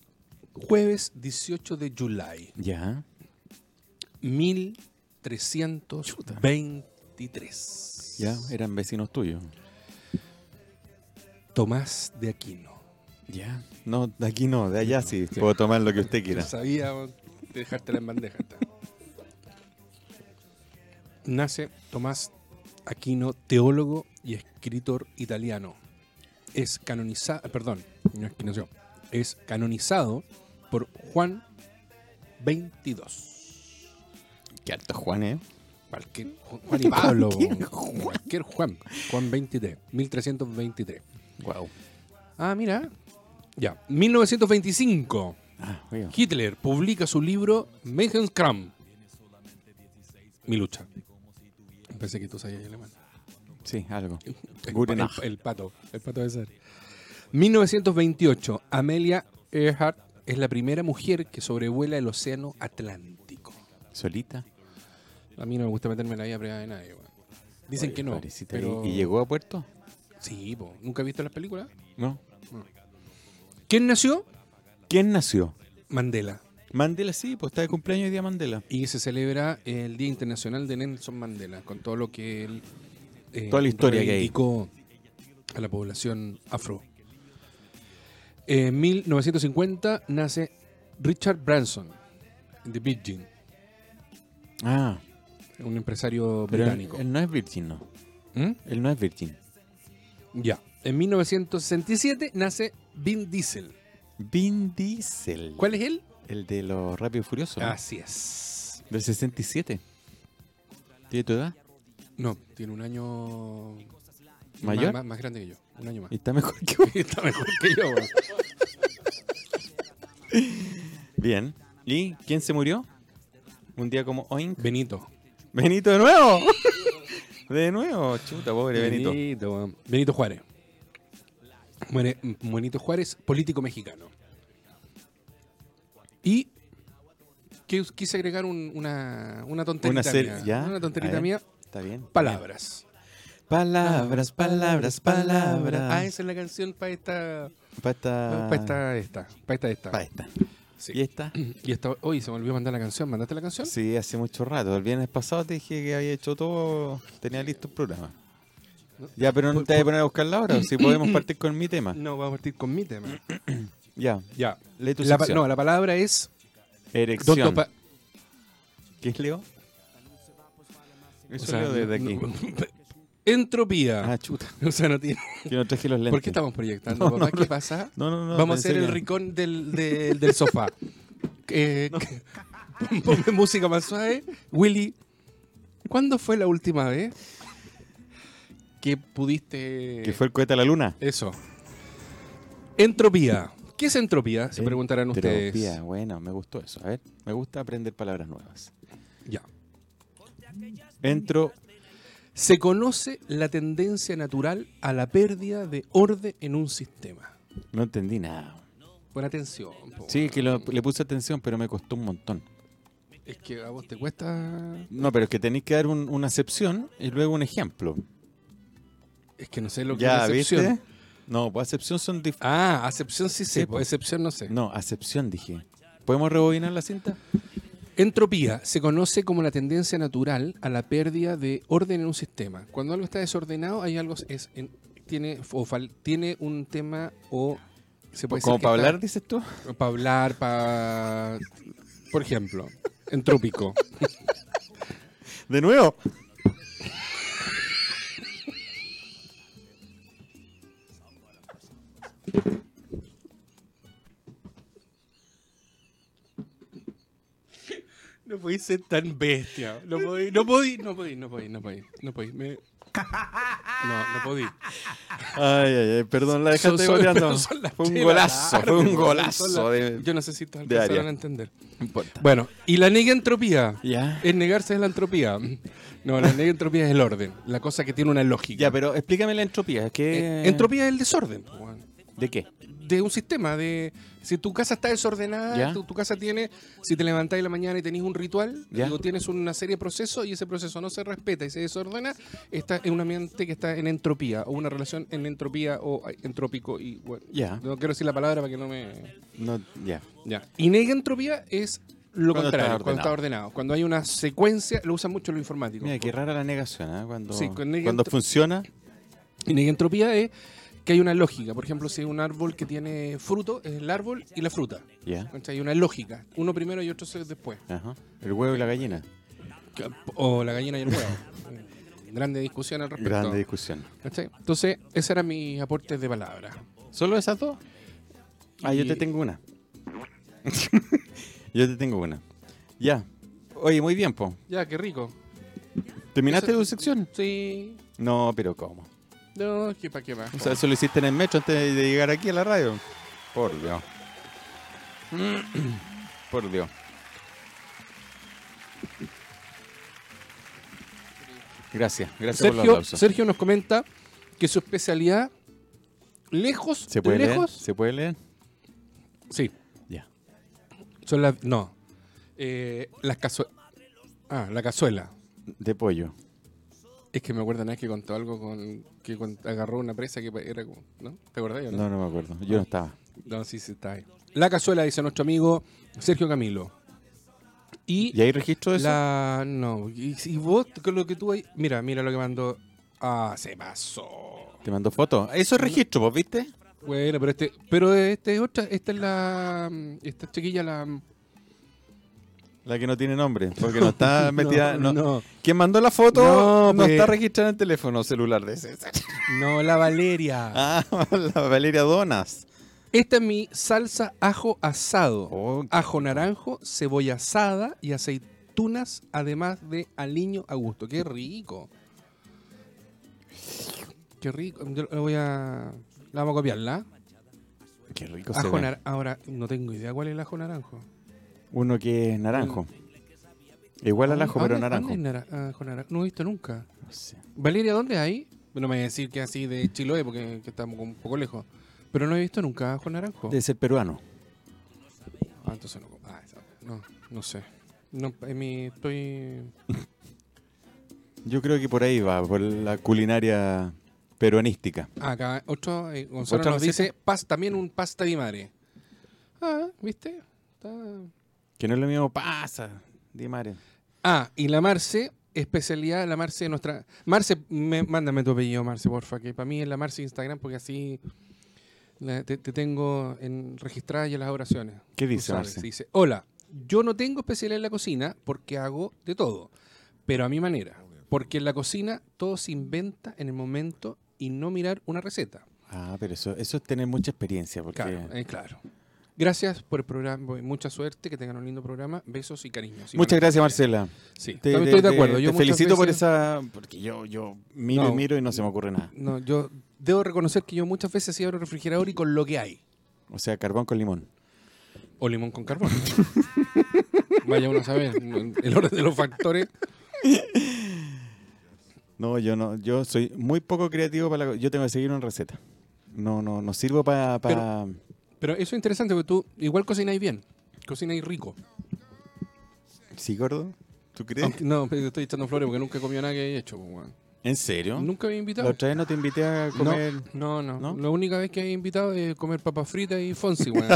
Speaker 2: Jueves 18 de July
Speaker 3: Ya.
Speaker 2: 1323.
Speaker 3: Ya, eran vecinos tuyos.
Speaker 2: Tomás de Aquino.
Speaker 3: Ya. No, de aquí no, de allá sí. Puedo tomar lo que usted quiera.
Speaker 2: Yo sabía dejártela en bandeja. esta. Nace Tomás Aquino, teólogo y escritor italiano. Es canonizado, perdón, no es que nació, es canonizado por Juan 22.
Speaker 3: Qué alto Juan, ¿eh?
Speaker 2: Cualquier Ju- Juan y Pablo.
Speaker 3: Cualquier
Speaker 2: cualquier Juan. Juan 23, 1323.
Speaker 3: Wow.
Speaker 2: Ah, mira. Ya, 1925.
Speaker 3: Ah, oiga.
Speaker 2: Hitler publica su libro Kram. Mi lucha. Pensé que tú sabías alemán.
Speaker 3: Sí, algo.
Speaker 2: El,
Speaker 3: Guten
Speaker 2: pa- el-
Speaker 3: Tag.
Speaker 2: el pato, el pato de ser. 1928, Amelia Earhart es la primera mujer que sobrevuela el océano Atlántico.
Speaker 3: Solita.
Speaker 2: A mí no me gusta meterme en la vida privada de nadie. weón. Dicen
Speaker 3: Oye,
Speaker 2: que no.
Speaker 3: pobrecita, ¿y-
Speaker 2: Pero...
Speaker 3: ¿Y llegó a puerto?
Speaker 2: Sí, po. ¿nunca he visto las películas?
Speaker 3: No.
Speaker 2: ¿Quién nació?
Speaker 3: ¿Quién nació?
Speaker 2: Mandela.
Speaker 3: Mandela sí, pues está de cumpleaños hoy día Mandela.
Speaker 2: Y se celebra el Día Internacional de Nelson Mandela, con todo lo que él eh,
Speaker 3: Toda la historia que hay.
Speaker 2: reivindicó a la población afro. En 1950 nace Richard Branson, de Virgin,
Speaker 3: Ah,
Speaker 2: un empresario
Speaker 3: pero él,
Speaker 2: británico.
Speaker 3: él no es virgin, no.
Speaker 2: ¿Mm?
Speaker 3: Él no es virgin.
Speaker 2: Ya. En 1967 nace Vin Diesel.
Speaker 3: Vin Diesel.
Speaker 2: ¿Cuál es él?
Speaker 3: El de los Rápidos y Furiosos. ¿no?
Speaker 2: Así es.
Speaker 3: Del 67. ¿Tiene tu edad?
Speaker 2: No, tiene un año
Speaker 3: ¿Mayor?
Speaker 2: más- Más, más grande que yo. Un año más.
Speaker 3: Y está mejor que vos.
Speaker 2: Está mejor que yo. weón.
Speaker 3: Bien. ¿Y quién se murió? Un día como hoy.
Speaker 2: Benito.
Speaker 3: Benito de nuevo. de nuevo, chuta, pobre Benito.
Speaker 2: Benito, weón. Benito Juárez. Muere- Benito Juárez, político mexicano. Y que- quise agregar un- una, una tonterita
Speaker 3: Una serie.
Speaker 2: mía.
Speaker 3: ¿Ya?
Speaker 2: Una
Speaker 3: A
Speaker 2: tonterita
Speaker 3: ver,
Speaker 2: mía.
Speaker 3: Está bien.
Speaker 2: Palabras.
Speaker 3: Palabras, palabras, palabras.
Speaker 2: Ah, esa es la canción para esta.
Speaker 3: Pa' esta.
Speaker 2: Para esta, esta. Para esta, esta.
Speaker 3: Pa' esta.
Speaker 2: Sí.
Speaker 3: ¿Y esta?
Speaker 2: Y esta. Oye, se me olvidó mandar la canción. ¿Mandaste la canción?
Speaker 3: Sí, hace mucho rato. El viernes pasado te dije que había hecho todo, tenía listo el programa. Ya, pero no te voy a poner a buscarla ahora. Si podemos partir con mi tema.
Speaker 2: No, vamos a partir con mi tema.
Speaker 3: Ya.
Speaker 2: Ya.
Speaker 3: Lee tu
Speaker 2: La pa-
Speaker 3: sección.
Speaker 2: no, la palabra es.
Speaker 3: Erección.
Speaker 2: Doctor Pa-
Speaker 3: ¿Qué es Leo? Eso
Speaker 2: o sea,
Speaker 3: leo desde aquí.
Speaker 2: no- entropía.
Speaker 3: Ah, chuta.
Speaker 2: o sea, no tiene.
Speaker 3: Que no traje los lentes.
Speaker 2: ¿Por qué estamos proyectando,
Speaker 3: No,
Speaker 2: papá?
Speaker 3: no,
Speaker 2: ¿Qué pasa?
Speaker 3: No, no, no.
Speaker 2: Vamos a
Speaker 3: pensé
Speaker 2: hacer el
Speaker 3: que-
Speaker 2: rincón del, del, del sofá. Eh, que- ponme música más suave. Willy, ¿cuándo fue la última vez que pudiste...
Speaker 3: Que fue el cohete a la luna.
Speaker 2: Eso. Entropía. ¿Qué es entropía? Se preguntarán ustedes.
Speaker 3: Entropía, Bueno, me gustó eso. A ver, me gusta aprender palabras nuevas.
Speaker 2: Ya.
Speaker 3: Entro.
Speaker 2: Se conoce la tendencia natural a la pérdida de orden en un sistema.
Speaker 3: No entendí nada.
Speaker 2: Pon atención. po.
Speaker 3: Sí, que lo- le puse atención, pero me costó un montón.
Speaker 2: Es que a vos te cuesta...
Speaker 3: No, pero es que tenéis que dar un- una acepción y luego un ejemplo.
Speaker 2: Es que no sé lo que
Speaker 3: ya,
Speaker 2: es excepción.
Speaker 3: ¿viste? No, pues acepción son dif-
Speaker 2: Ah, acepción sí sé,
Speaker 3: Sí,
Speaker 2: po,
Speaker 3: po.
Speaker 2: excepción no sé.
Speaker 3: No, acepción dije. ¿Podemos rebobinar la cinta?
Speaker 2: Entropía se conoce como la tendencia natural a la pérdida de orden en un sistema. Cuando algo está desordenado, hay algo es en- tiene o fal- tiene un tema o se puede
Speaker 3: ¿Como
Speaker 2: decir que
Speaker 3: para
Speaker 2: está-
Speaker 3: hablar, dices tú?
Speaker 2: para hablar, para por ejemplo, entrópico.
Speaker 3: De nuevo.
Speaker 2: No podéis ser tan bestia. No podéis, no podéis, no podéis, no podéis, no podéis, no podéis. me- No, no podéis.
Speaker 3: Ay, ay, ay, perdón, la dejaste
Speaker 2: Son- son-
Speaker 3: goleando.
Speaker 2: pero son las
Speaker 3: Fue un
Speaker 2: tres de la
Speaker 3: golazo,
Speaker 2: tarde,
Speaker 3: fue un
Speaker 2: weón, son
Speaker 3: golazo.
Speaker 2: las-
Speaker 3: de-
Speaker 2: Yo no sé si te
Speaker 3: de
Speaker 2: alcanzaron
Speaker 3: área.
Speaker 2: a entender.
Speaker 3: No importa.
Speaker 2: Bueno, y la nega entropía.
Speaker 3: Ya.
Speaker 2: Es negarse es la entropía. No, la nega entropía es el orden, la cosa que tiene una lógica.
Speaker 3: Ya, pero explícame la entropía. es que-
Speaker 2: Eh, Entropía es el desorden. po, weón.
Speaker 3: ¿De qué?
Speaker 2: De un sistema, de si tu casa está desordenada,
Speaker 3: Ya.
Speaker 2: tu, tu casa tiene, si te levantáis en la mañana y tenés un ritual,
Speaker 3: Ya.
Speaker 2: digo, tienes una serie de procesos y ese proceso no se respeta y se desordena, está en un ambiente que está en entropía o una relación en entropía o ay, entrópico y bueno,
Speaker 3: Ya.
Speaker 2: no quiero decir la palabra para que no me...
Speaker 3: No, ya.
Speaker 2: Ya. Y nega entropía es lo
Speaker 3: Cuando
Speaker 2: contrario,
Speaker 3: está
Speaker 2: cuando está ordenado. Cuando hay una secuencia, lo usan mucho los informáticos.
Speaker 3: Mira, qué rara la negación, ¿ah? Cuando,
Speaker 2: Sí, con nega-
Speaker 3: cuando funciona,
Speaker 2: Y nega entropía es que hay una lógica. Por ejemplo, si hay un árbol que tiene fruto, es el árbol y la fruta.
Speaker 3: ya.
Speaker 2: ¿Cachai? Hay una lógica. Uno primero y otro se- después.
Speaker 3: Ajá. El huevo y la gallina.
Speaker 2: O la gallina y el huevo. Grande discusión al respecto.
Speaker 3: Grande discusión.
Speaker 2: ¿Cachai? Entonces, ese era mi aporte de palabras.
Speaker 3: ¿Solo esas dos? Ah, yo
Speaker 2: Y-
Speaker 3: te tengo una. yo te tengo una. Ya. Oye, muy bien, po.
Speaker 2: Ya, qué rico.
Speaker 3: ¿Terminaste
Speaker 2: Eso-
Speaker 3: tu sección?
Speaker 2: Sí.
Speaker 3: No, pero ¿cómo?
Speaker 2: No, que pa' qué más.
Speaker 3: O sea, eso lo hiciste en el metro antes de llegar aquí a la radio. Por Dios. Por Dios. Gracias, gracias por los
Speaker 2: Sergio,
Speaker 3: aplausos.
Speaker 2: Sergio nos comenta que su especialidad, lejos,
Speaker 3: ¿Se puede leer?
Speaker 2: lejos,
Speaker 3: ¿Se puede leer?
Speaker 2: sí,
Speaker 3: Ya.
Speaker 2: son las, no, Eh, las cazuelas, ah, la cazuela,
Speaker 3: De pollo.
Speaker 2: es que me acuerdo una vez que contó algo con, que con- agarró una presa que era como, ¿no? ¿Te acordás o no?
Speaker 3: No, no me acuerdo. Yo no estaba.
Speaker 2: No, sí, sí, está ahí. La cazuela, dice nuestro amigo Sergio Camilo. Y
Speaker 3: ¿Y hay registro de eso?
Speaker 2: La. No. Y, y vos, con lo que tú ahí. Mira, mira lo que mandó. Ah, se pasó.
Speaker 3: Te mando fotos. Eso es registro, ¿vos viste?
Speaker 2: Bueno, pero este. Pero este es otra. Esta es la. Esta chiquilla, la.
Speaker 3: La que no tiene nombre, porque no está metida.
Speaker 2: no,
Speaker 3: Ah, no,
Speaker 2: no.
Speaker 3: Quien mandó la foto
Speaker 2: No,
Speaker 3: no,
Speaker 2: pues.
Speaker 3: está registrada en el teléfono celular de César.
Speaker 2: No, la Valeria.
Speaker 3: Ah, la Valeria Donas.
Speaker 2: Esta es mi salsa ajo asado.
Speaker 3: Oh, qué
Speaker 2: ajo naranjo, cebolla asada y aceitunas, además de aliño a gusto. ¡Qué rico! Qué rico. Yo lo voy a. La vamos a copiarla.
Speaker 3: Qué rico se
Speaker 2: Ajo
Speaker 3: ve.
Speaker 2: nar- Ahora, no tengo idea cuál es el ajo naranjo.
Speaker 3: Uno que es naranjo. Igual al
Speaker 2: ¿Dónde-
Speaker 3: ajo, pero
Speaker 2: dónde-
Speaker 3: naranjo.
Speaker 2: dónde es nara- ah, ajo naranjo? No he visto nunca.
Speaker 3: No sé.
Speaker 2: Valeria, ¿dónde hay? No me voy a decir que así de Chiloé, porque que estamos como un poco lejos. Pero no he visto nunca ajo naranjo.
Speaker 3: Debe ser peruano.
Speaker 2: Ah, entonces no. como. Ah, esa- no, no sé. No, en mi, estoy.
Speaker 3: Yo creo que por ahí va, por la culinaria peruanística.
Speaker 2: Acá, otro. eh, Gonzalo
Speaker 3: ¿Otra
Speaker 2: nos
Speaker 3: receta?
Speaker 2: dice: pas, también un pasta de madre. Ah, ¿viste? Está-
Speaker 3: Que no es lo mismo pasa, Di María.
Speaker 2: Ah, y la Marce, especialidad, la Marce, nuestra. Marce, me- mándame tu apellido, Marce, porfa, que para mí es la Marce Instagram, porque así la- te, te tengo en, registrada ya las oraciones.
Speaker 3: ¿Qué
Speaker 2: Tú
Speaker 3: dice
Speaker 2: sabes,
Speaker 3: Marce?
Speaker 2: Dice: Hola, yo no tengo especialidad en la cocina porque hago de todo, pero a mi manera. Porque en la cocina todo se inventa en el momento y no mirar una receta.
Speaker 3: Ah, pero eso, eso es tener mucha experiencia, porque
Speaker 2: Claro, eh, claro. Gracias por el programa, y mucha suerte, que tengan un lindo programa. Besos y cariños.
Speaker 3: Muchas gracias,
Speaker 2: Marce.
Speaker 3: Marcela.
Speaker 2: Sí,
Speaker 3: Te,
Speaker 2: también
Speaker 3: te-
Speaker 2: estoy de
Speaker 3: te-
Speaker 2: acuerdo.
Speaker 3: te
Speaker 2: Yo muchas
Speaker 3: felicito por
Speaker 2: veces-
Speaker 3: esa, porque yo, yo miro
Speaker 2: No.
Speaker 3: y miro y no se me ocurre nada.
Speaker 2: No, yo debo reconocer que yo muchas veces sí abro el refrigerador y con lo que hay.
Speaker 3: O sea, carbón con limón.
Speaker 2: O limón con carbón. Vaya uno a saber el orden de los factores.
Speaker 3: No, yo no, yo soy muy poco creativo para la, co- yo tengo que seguir una receta. No, no, no sirvo para
Speaker 2: Pero eso es interesante porque tú igual cocináis bien. Cocináis rico.
Speaker 3: ¿Sí, gordo? ¿Tú crees?
Speaker 2: Aunque- no, pero te estoy echando flores porque nunca he comido nada que he hecho. pues, weón.
Speaker 3: ¿En serio?
Speaker 2: Nunca había
Speaker 3: La
Speaker 2: invitado.
Speaker 3: otra vez no te invité a
Speaker 2: No,
Speaker 3: comer.
Speaker 2: no, no,
Speaker 3: ¿No?
Speaker 2: La única vez que he invitado es comer papas fritas y Fonsi, weón.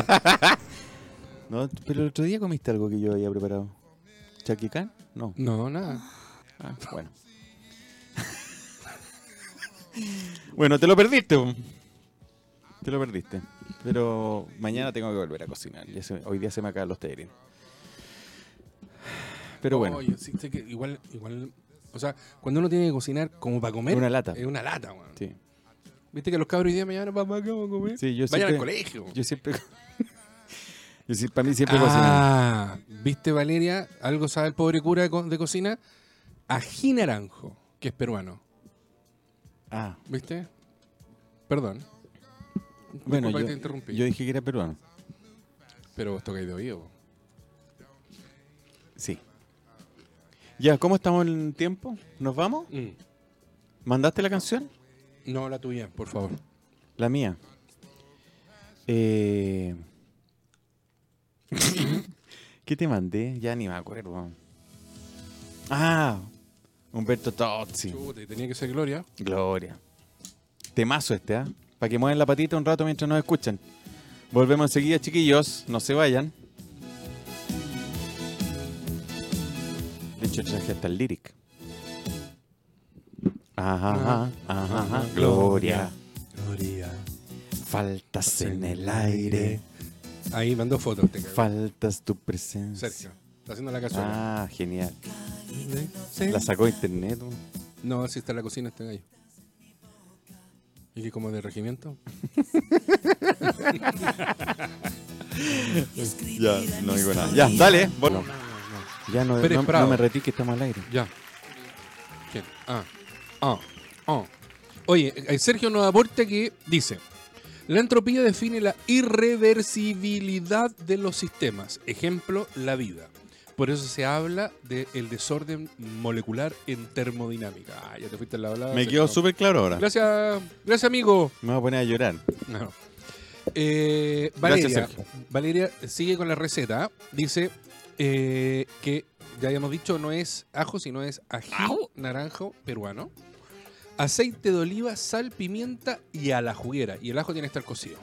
Speaker 3: No, pero el otro día comiste algo que yo había preparado. ¿Chaquicán? No.
Speaker 2: No, nada.
Speaker 3: Ah, bueno. bueno, te lo perdiste. po. Te lo perdiste. Pero mañana tengo que volver a cocinar. Ya se- hoy día se me acaban los tallerines. Pero bueno,
Speaker 2: Oye, sí, sé que igual, igual. O sea, cuando uno tiene que cocinar como para comer.
Speaker 3: Es una lata.
Speaker 2: Es una lata, weón.
Speaker 3: sí.
Speaker 2: Viste que los cabros hoy día me llaman, papá, ¿qué vamos a comer?
Speaker 3: Sí, yo
Speaker 2: Vayan
Speaker 3: siempre-
Speaker 2: al colegio.
Speaker 3: Yo siempre. yo siempre, para mí siempre cocinar.
Speaker 2: ah, ¿viste Valeria? Algo sabe el pobre cura de, co- de cocina. Ají Naranjo, que es peruano.
Speaker 3: Ah,
Speaker 2: ¿Viste? Perdón.
Speaker 3: bueno,
Speaker 2: Disculpa que
Speaker 3: yo,
Speaker 2: te interrumpí.
Speaker 3: yo dije que era peruano.
Speaker 2: Pero vos tocáis de oído.
Speaker 3: Sí. Ya, ¿cómo estamos en tiempo? ¿Nos vamos?
Speaker 2: Mm.
Speaker 3: ¿Mandaste la canción?
Speaker 2: No la tuya, por favor.
Speaker 3: La mía. Eh, ¿Qué te mandé? Ya ni me acuerdo. Ah, Humberto Tozzi.
Speaker 2: Chuta, y tenía que ser Gloria.
Speaker 3: Gloria. Temazo este, ¿ah? Para que muevan la patita un rato mientras nos escuchan. Volvemos enseguida, chiquillos. No se vayan. De hecho, traje hasta el lyric. Ajá, ajá, ajá. Gloria.
Speaker 2: Gloria.
Speaker 3: Faltas en el aire,
Speaker 2: Ahí mandó fotos. Te cago.
Speaker 3: faltas tu presencia.
Speaker 2: Sergio. Está haciendo la cazuela.
Speaker 3: Ah, genial.
Speaker 2: Sí.
Speaker 3: La sacó internet. ¿no?
Speaker 2: No, si está en la cocina este gallo. ¿Y que como de regimiento?
Speaker 3: Ya, no digo nada. Ya, dale. vol- Ya no,
Speaker 2: Pérez
Speaker 3: no,
Speaker 2: Prado.
Speaker 3: no me retí que estamos al aire.
Speaker 2: Ya. ¿Quién? Ah. Ah. Ah. Oye, eh, Sergio nos aporta que dice: La entropía define la irreversibilidad de los sistemas. Ejemplo, la vida. Por eso se habla del desorden molecular en termodinámica. Ah, ya te fuiste la hablada.
Speaker 3: Me
Speaker 2: Sergio.
Speaker 3: quedó súper claro ahora.
Speaker 2: Gracias, gracias, amigo.
Speaker 3: Me voy a poner a llorar.
Speaker 2: No. Eh, Valeria,
Speaker 3: Gracias, Sergio.
Speaker 2: Valeria sigue con la receta. ¿ah? Dice eh, que, ya habíamos dicho, no es ajo, sino es ají, naranjo peruano, aceite de oliva, sal, pimienta y a la juguera. Y el ajo tiene que estar cocido.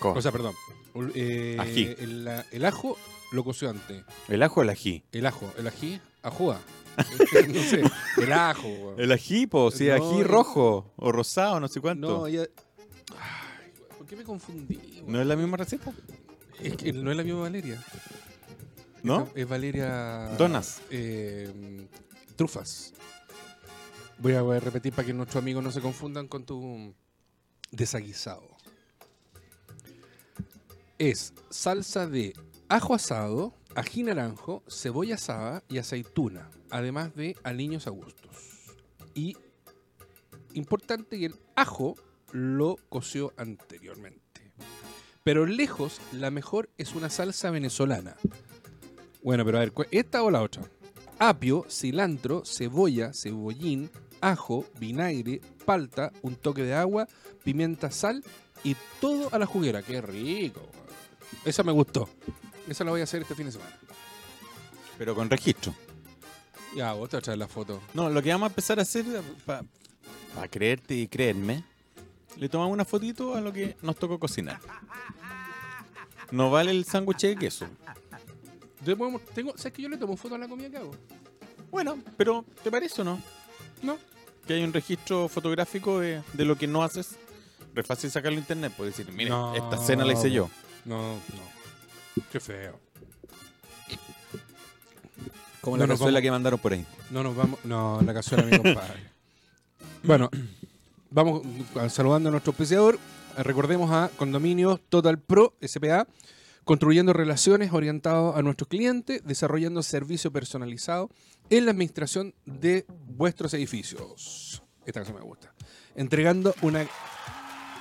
Speaker 2: O sea, perdón. ol- eh,
Speaker 3: Oh. Ají.
Speaker 2: El, la- el ajo lo coció antes.
Speaker 3: ¿El ajo o el ají?
Speaker 2: El ajo, el ají, ajúa. no sé, el ajo. weón.
Speaker 3: El ají, po, sí,
Speaker 2: No,
Speaker 3: ají
Speaker 2: el-
Speaker 3: rojo o rosado, no sé cuánto.
Speaker 2: No,
Speaker 3: ¿No,
Speaker 2: ya... Ay, weón, ¿Por qué me confundí? weón?
Speaker 3: es la misma receta?
Speaker 2: Es que no es la misma Valeria.
Speaker 3: ¿No?
Speaker 2: Es Valeria.
Speaker 3: Donas.
Speaker 2: eh, trufas. Voy a voy a repetir para que nuestros amigos no se confundan con tu desaguisado. Es salsa de ajo asado, ají naranjo, cebolla asada y aceituna, además de aliños a gustos. Y importante que el ajo lo coció anteriormente. Pero lejos, la mejor es una salsa venezolana. Bueno, pero a ver, ¿cu- ¿esta o la otra? Apio, cilantro, cebolla, cebollín, ajo, vinagre, palta, un toque de agua, pimienta, sal y todo a la juguera. ¡Qué rico! Esa me gustó. Esa la voy a hacer este fin de semana.
Speaker 3: Pero con registro.
Speaker 2: Ya, vos te vas a traer la foto.
Speaker 3: No, lo que vamos a empezar a hacer para creerte y creerme, le tomamos una fotito a lo que nos tocó cocinar. No vale el sándwich de queso.
Speaker 2: Yo puedo mos- tengo, ¿Sabes que yo le tomo foto a la comida que hago?
Speaker 3: Bueno, pero ¿te parece o no?
Speaker 2: No.
Speaker 3: Que hay un registro fotográfico de, de lo que no haces. Re fácil sacarlo a internet, puedes decir, mire,
Speaker 2: No.
Speaker 3: esta cena la hice yo.
Speaker 2: No, no. Qué feo.
Speaker 3: Como
Speaker 2: la
Speaker 3: la no,
Speaker 2: cazuela
Speaker 3: que mandaron por ahí.
Speaker 2: No nos vamos. No, la cazuela, mi compadre. Bueno, vamos a- saludando a nuestro auspiciador. Eh, Recordemos a Condominios Total Pro SPA, construyendo relaciones orientados a nuestros clientes, desarrollando servicio personalizado en la administración de vuestros edificios. Esta canción me gusta. Entregando una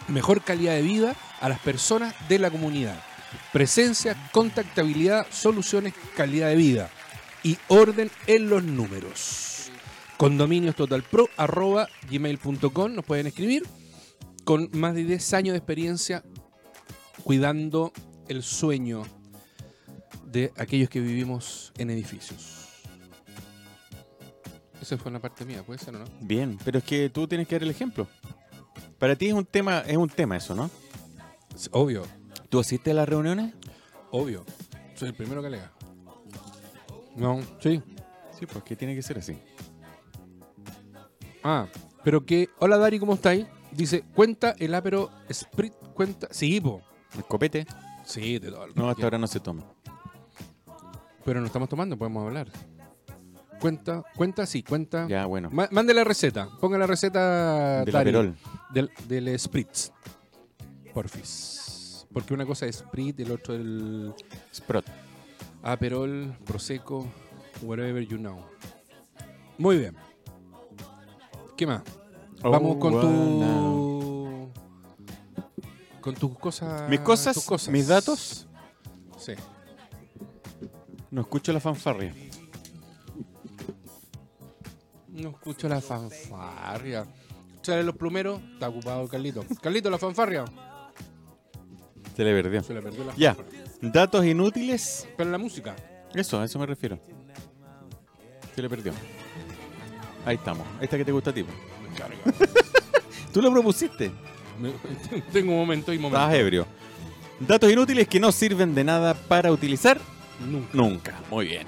Speaker 2: mejor calidad de vida a las personas de la comunidad. Presencia, contactabilidad, soluciones, calidad de vida y orden en los números. Condominios totalpro arroba gmail.com nos pueden escribir con más de 10 años de experiencia cuidando el sueño de aquellos que vivimos en edificios. Esa fue una parte mía, puede ser o no.
Speaker 3: Bien, pero es que tú tienes que dar el ejemplo. Para ti es un tema, es un tema eso, ¿no?
Speaker 2: Obvio,
Speaker 3: ¿Tú asistes a las reuniones?
Speaker 2: obvio. Soy el primero que lea. No, sí.
Speaker 3: Sí, pues que tiene que ser así.
Speaker 2: Ah, pero que. Hola Dari, ¿cómo estáis? Dice, cuenta el Apero Sprit, cuenta. Sí, po.
Speaker 3: El copete,
Speaker 2: Sí, de todo el
Speaker 3: no, hasta ahora no se toma.
Speaker 2: Pero no estamos tomando, podemos hablar. Cuenta, cuenta, sí, cuenta.
Speaker 3: Ya, bueno.
Speaker 2: Ah. Ma- mande la receta, ponga la receta
Speaker 3: Del
Speaker 2: Dari,
Speaker 3: aperol.
Speaker 2: Del, del Spritz. Porfis. Porque una cosa es Sprit, el otro el
Speaker 3: Sprot.
Speaker 2: Aperol, Prosecco, whatever you know. Muy bien. ¿Qué más? Vamos
Speaker 3: Oh,
Speaker 2: con
Speaker 3: wanna.
Speaker 2: tu. Con tus cosas.
Speaker 3: Mis cosas,
Speaker 2: tus
Speaker 3: mis datos.
Speaker 2: Sí.
Speaker 3: No escucho la fanfarria.
Speaker 2: No escucho la fanfarria. Sale los plumeros. Está ocupado Carlito. Carlito, la fanfarria.
Speaker 3: Se le perdió.
Speaker 2: Se le perdió la
Speaker 3: Ya,
Speaker 2: fanfarria.
Speaker 3: datos inútiles.
Speaker 2: Pero la música.
Speaker 3: Eso, a eso me refiero. Se le perdió. Ahí estamos. Esta que te gusta a ti. po.
Speaker 2: Me carga.
Speaker 3: Tú lo propusiste.
Speaker 2: Me- Tengo un momento y momento.
Speaker 3: Estabas ebrio. Datos inútiles que no sirven de nada para utilizar
Speaker 2: Nunca.
Speaker 3: nunca. Muy bien.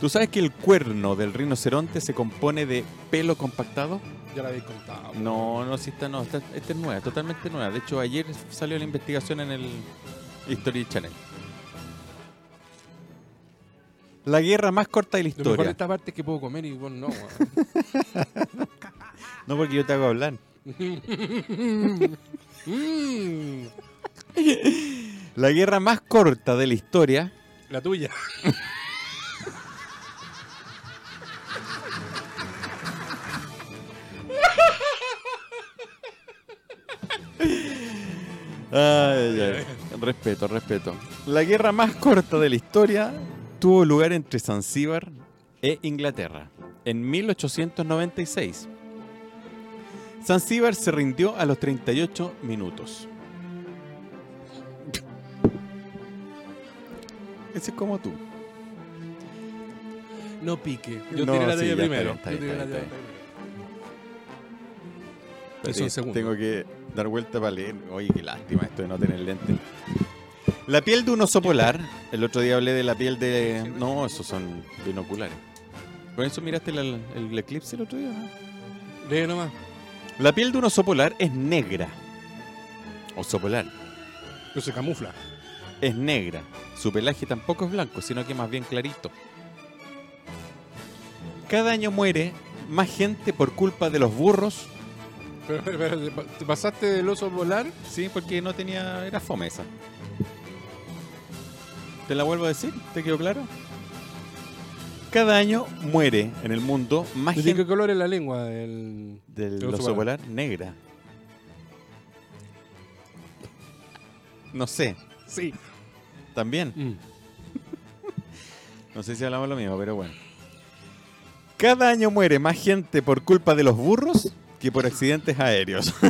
Speaker 3: ¿Tú sabes que el cuerno del rinoceronte se compone de pelo compactado?
Speaker 2: Ya la habéis contado.
Speaker 3: No, no, si esta no. Esta, esta es nueva, totalmente nueva. De hecho, ayer salió la investigación en el History Channel. La guerra más corta de la
Speaker 2: Lo mejor de
Speaker 3: historia.
Speaker 2: esta parte es que puedo comer y vos no. weón.
Speaker 3: No porque yo te hago hablar.
Speaker 2: Mm,
Speaker 3: La guerra más corta de la historia
Speaker 2: la tuya.
Speaker 3: Ay, ay, ay. Respeto, respeto. La guerra más corta de la historia tuvo lugar entre Zanzíbar e Inglaterra en 1896. Zanzíbar se rindió a los 38 minutos. Ese es como tú.
Speaker 2: No pique. Yo
Speaker 3: No,
Speaker 2: tiré la
Speaker 3: sí,
Speaker 2: tuya
Speaker 3: ya está
Speaker 2: primero.
Speaker 3: bien, está
Speaker 2: Yo
Speaker 3: bien,
Speaker 2: tiré la
Speaker 3: está bien,
Speaker 2: tuya
Speaker 3: está
Speaker 2: primero. Eso en segundo.
Speaker 3: Tengo que dar vuelta para leer. Oye, qué lástima esto de no tener lente. La piel de un oso polar. El otro día hablé de la piel de. No, esos son binoculares. ¿Por eso miraste la- el, eclipse el otro día? no?
Speaker 2: Lee nomás.
Speaker 3: La piel de un oso polar es negra. Oso polar.
Speaker 2: Pero se camufla.
Speaker 3: Es negra. Su pelaje tampoco es blanco, sino que más bien clarito. Cada año muere más gente por culpa de los burros.
Speaker 2: Pero, pero, pero, ¿te pa- ¿te pasaste del oso polar?
Speaker 3: Sí, porque no tenía. Era fome esa. ¿Te la vuelvo a decir? ¿Te quedó claro? Cada año muere en el mundo más
Speaker 2: ¿De
Speaker 3: gente
Speaker 2: qué color es la lengua del.?
Speaker 3: del
Speaker 2: oso
Speaker 3: oso polar negra. No sé,
Speaker 2: Sí.
Speaker 3: también.
Speaker 2: Mm.
Speaker 3: No sé si hablamos lo mismo, pero bueno. Cada año muere más gente por culpa de los burros que por accidentes aéreos.